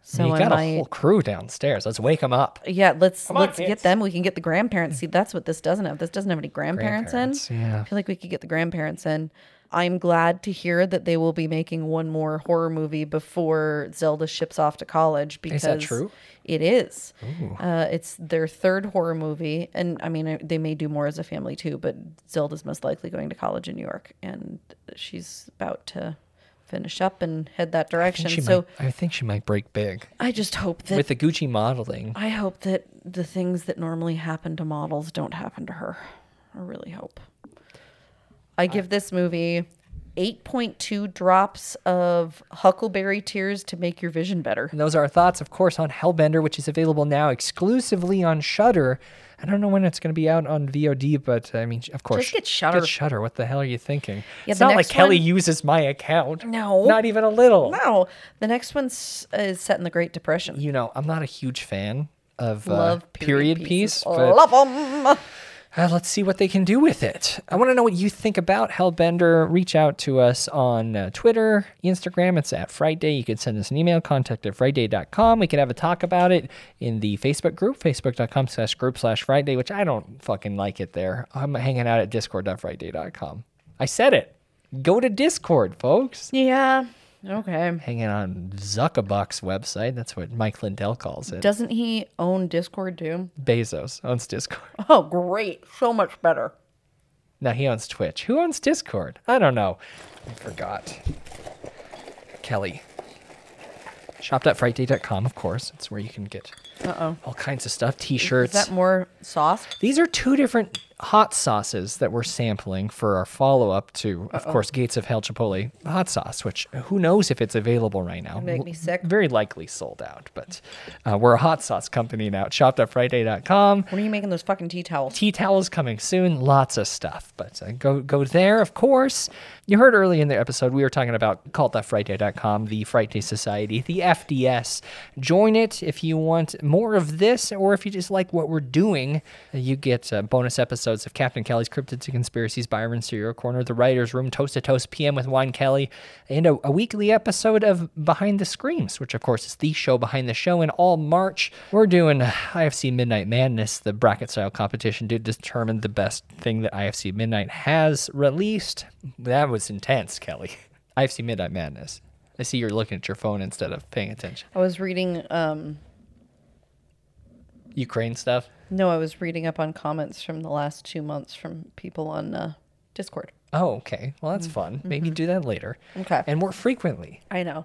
Speaker 4: So
Speaker 2: you
Speaker 4: I
Speaker 2: got
Speaker 4: might-
Speaker 2: a whole crew downstairs. Let's wake them up.
Speaker 4: yeah, let's
Speaker 2: on,
Speaker 4: let's get
Speaker 2: kids.
Speaker 4: them. We can get the grandparents. See, that's what this doesn't have. This doesn't have any grandparents,
Speaker 2: Grandparents,
Speaker 4: in.
Speaker 2: yeah.
Speaker 4: I feel like we could get the grandparents in. I'm glad to hear that they will be making one more horror movie before Zelda ships off to college.
Speaker 2: Is
Speaker 4: Because
Speaker 2: that true?
Speaker 4: It is.
Speaker 2: Ooh.
Speaker 4: Uh, it's their third horror movie, and I mean I- they may do more as a family too. But Zelda's most likely going to college in New York, and she's about to finish up and head that
Speaker 2: I think,
Speaker 4: direction.
Speaker 2: she
Speaker 4: So
Speaker 2: might, I think she might break big
Speaker 4: I just hope that
Speaker 2: with the Gucci modeling.
Speaker 4: I hope that the things that normally happen to models don't happen to her. I really hope. I give this movie 8.2 drops of huckleberry tears to make your vision better.
Speaker 2: And those are our thoughts, of course, on Hellbender, which is available now exclusively on Shudder. I don't know when it's going to be out on VOD, but I mean, of course,
Speaker 4: Just get Shudder.
Speaker 2: Get Shudder. What the hell are you thinking?
Speaker 4: Yeah,
Speaker 2: it's
Speaker 4: the
Speaker 2: not like
Speaker 4: next
Speaker 2: Kelly
Speaker 4: one-
Speaker 2: uses my account.
Speaker 4: No.
Speaker 2: not even a little.
Speaker 4: No. The next one's uh, is set in the Great Depression.
Speaker 2: You know, I'm not a huge fan of uh,
Speaker 4: Love
Speaker 2: period,
Speaker 4: period
Speaker 2: piece, but
Speaker 4: Love 'em.
Speaker 2: Uh, let's see what they can do with it. I want to know what you think about Hellbender. Reach out to us on uh, Twitter, Instagram. It's at Friday. You can send us an email, contact at Friday.com. We can have a talk about it in the Facebook group, facebook.com slash group slash Friday, which I don't fucking like it there. I'm hanging out at discord.friday.com. I said it. Go to Discord, folks.
Speaker 4: Yeah. Okay.
Speaker 2: Hanging on Zuckerbuck's website. That's what Mike Lindell calls it.
Speaker 4: Doesn't he own Discord too?
Speaker 2: Bezos owns Discord.
Speaker 4: Oh, great. So much better.
Speaker 2: Now he owns Twitch. Who owns Discord? I don't know. I forgot. Kelly. Shop.frightday.com, of course. It's where you can get
Speaker 4: Uh-oh.
Speaker 2: all kinds of stuff,
Speaker 4: Is
Speaker 2: t-shirts.
Speaker 4: that more sauce?
Speaker 2: These are two different hot sauces that we're sampling for our follow-up to, of
Speaker 4: Uh-oh.
Speaker 2: course, Gates of Hell Chipotle hot sauce, which who knows if it's available right now.
Speaker 4: Make me sick.
Speaker 2: Very likely sold out, but uh, we're a hot sauce company now. at Shop.frightday.com.
Speaker 4: When are you making those fucking tea towels?
Speaker 2: Tea towels coming soon, lots of stuff. But uh, go go there, of course. You heard early in the episode we were talking about cult.frightday.com, the Fright Day Society, the FDS. Join it if you want more of this, or if you just like what we're doing, you get uh, bonus episodes of Captain Kelly's Cryptids and Conspiracies, Byron's Serial Corner, The Writer's Room, Toast to Toast, PM with Wine Kelly, and a, a weekly episode of Behind the Screams, which of course is the show behind the show. And all March, we're doing IFC Midnight Madness, the bracket style competition to determine the best thing that IFC Midnight has released. That was intense, Kelly. IFC Midnight Madness. I see you're looking at your phone instead of paying attention.
Speaker 4: I was reading. Um,
Speaker 2: Ukraine stuff.
Speaker 4: no, I was reading up on comments from the last two months from people on uh, Discord.
Speaker 2: Oh, okay. Well, that's fun. Maybe do that later.
Speaker 4: Mm-hmm. Okay.
Speaker 2: And more frequently.
Speaker 4: I know.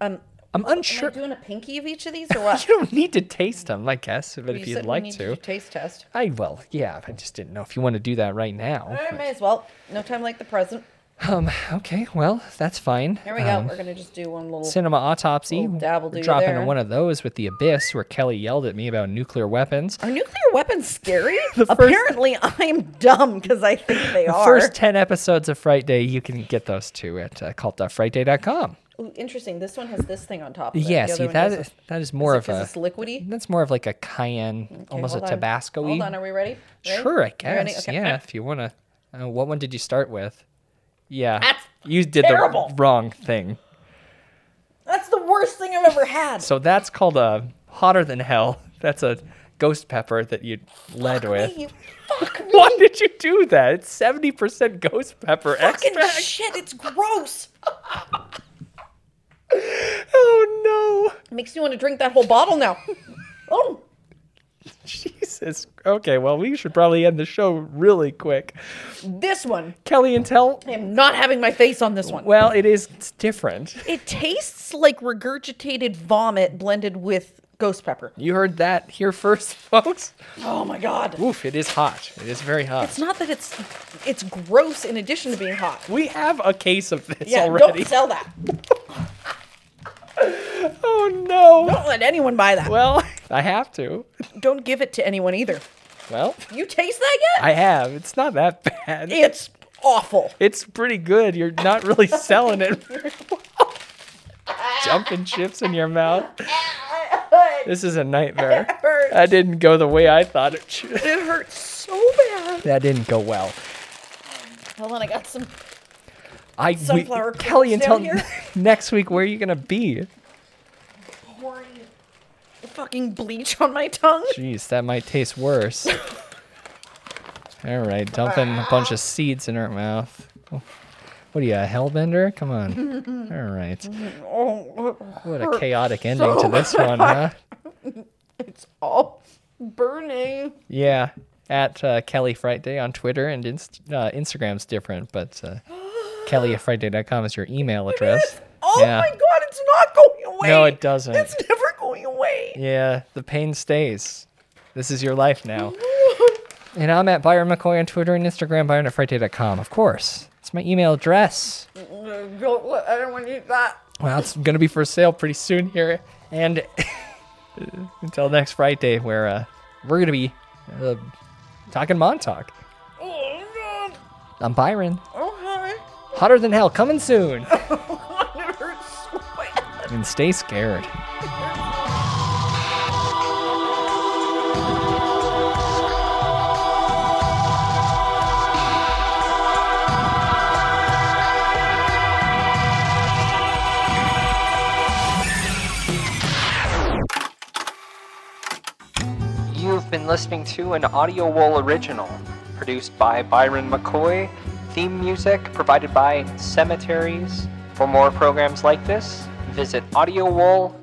Speaker 4: Um,
Speaker 2: I'm unsure.
Speaker 4: Am I doing a pinky of each of these or what?
Speaker 2: You don't need to taste them, I guess, but
Speaker 4: You
Speaker 2: if
Speaker 4: said
Speaker 2: you'd
Speaker 4: we
Speaker 2: like
Speaker 4: need
Speaker 2: to.
Speaker 4: do taste test.
Speaker 2: I will. Yeah, I just didn't know if you want to do that right now.
Speaker 4: I may as well. No time like the present.
Speaker 2: Um. Okay. Well, that's fine.
Speaker 4: Here we go.
Speaker 2: Um,
Speaker 4: We're gonna just do one little
Speaker 2: Cinema autopsy.
Speaker 4: little dabble
Speaker 2: We're
Speaker 4: do
Speaker 2: dropping
Speaker 4: there.
Speaker 2: one of those with the abyss, where Kelly yelled at me about nuclear weapons.
Speaker 4: Are nuclear weapons scary? Apparently, I'm dumb because I think they
Speaker 2: The
Speaker 4: are.
Speaker 2: first ten episodes of Fright Day, you can get those too at uh, cult.frightday.com.
Speaker 4: Ooh, interesting. This one has this thing on top. Of it.
Speaker 2: Yeah,
Speaker 4: The other
Speaker 2: see
Speaker 4: one
Speaker 2: that
Speaker 4: doesn't.
Speaker 2: is, that is more
Speaker 4: it
Speaker 2: of
Speaker 4: 'cause
Speaker 2: a
Speaker 4: it's liquidy.
Speaker 2: That's more of like a cayenne,
Speaker 4: Okay,
Speaker 2: almost a
Speaker 4: hold on.
Speaker 2: Tabasco.
Speaker 4: Hold on. Are we ready? Ready?
Speaker 2: Sure, I
Speaker 4: You ready?
Speaker 2: guess.
Speaker 4: Okay.
Speaker 2: Yeah, if you wanna. Uh, what one did you start with? Yeah,
Speaker 4: That's
Speaker 2: you did
Speaker 4: terrible.
Speaker 2: the wrong thing.
Speaker 4: That's the worst thing I've ever had.
Speaker 2: So that's called a hotter than hell. That's a ghost pepper that you led with.
Speaker 4: you-
Speaker 2: Why did you do that? It's seventy percent ghost pepper
Speaker 4: Fucking
Speaker 2: extract.
Speaker 4: shit! It's gross.
Speaker 2: oh
Speaker 4: no! Makes me want to drink that whole bottle now. Oh,
Speaker 2: Jesus. Okay, well we should probably end the show really quick.
Speaker 4: this one.
Speaker 2: Kelly and Tell.
Speaker 4: I am not having my face on this one.
Speaker 2: Well, it is it's different.
Speaker 4: It tastes like regurgitated vomit blended with ghost pepper.
Speaker 2: You heard that here first, folks.
Speaker 4: Oh my god.
Speaker 2: Oof, it is hot. It is very hot.
Speaker 4: It's not that it's it's gross in addition to being hot.
Speaker 2: we have a case of this
Speaker 4: yeah,
Speaker 2: already.
Speaker 4: don't sell that.
Speaker 2: oh no.
Speaker 4: Don't let anyone buy that.
Speaker 2: Well, I have to.
Speaker 4: don't give it to anyone either.
Speaker 2: Well,
Speaker 4: You taste that yet?
Speaker 2: I have. It's not that bad.
Speaker 4: It's awful.
Speaker 2: It's pretty good. You're not really selling it. Jumping chips in your mouth. This is a nightmare.
Speaker 4: hurts.
Speaker 2: That didn't go the way I thought it should.
Speaker 4: It hurts so bad.
Speaker 2: That didn't go well.
Speaker 4: Hold on, I got some.
Speaker 2: I we-
Speaker 4: Sunflower
Speaker 2: Kelly
Speaker 4: cookies
Speaker 2: until
Speaker 4: down here.
Speaker 2: next week. Where are you gonna be?
Speaker 4: Pouring fucking bleach on my tongue.
Speaker 2: Jeez, that might taste worse. All right, dumping a bunch of seeds in her mouth. What are you, a hellbender? Come on. All right.
Speaker 4: Oh,
Speaker 2: What a chaotic ending to this one, huh?
Speaker 4: It's all oh, burning.
Speaker 2: Yeah. At uh, Kelly Fright Day on Twitter and inst- uh, Instagram's different, but uh, Kelly at FrightDay.com is your email address.
Speaker 4: Oh
Speaker 2: yeah.
Speaker 4: my god, it's not going away.
Speaker 2: No, it doesn't.
Speaker 4: It's never going away.
Speaker 2: Yeah, the pain stays. This is your life now. and I'm at Byron McCoy on Twitter and Instagram, Byron at FrightDay.com, of course. It's my email address.
Speaker 4: Don't let anyone eat that.
Speaker 2: Well, it's going to be for sale pretty soon here. And until next Friday, where uh, we're going to be uh, talking Montauk.
Speaker 4: Oh god.
Speaker 2: I'm Byron.
Speaker 4: Oh hi.
Speaker 2: Hotter than hell, coming soon.
Speaker 4: Oh, it hurts so bad.
Speaker 2: and stay scared. You've been listening to an Audio Wall original, produced by Byron McCoy. Theme music provided by Cemeteries. For more programs like this, visit audiowall.co.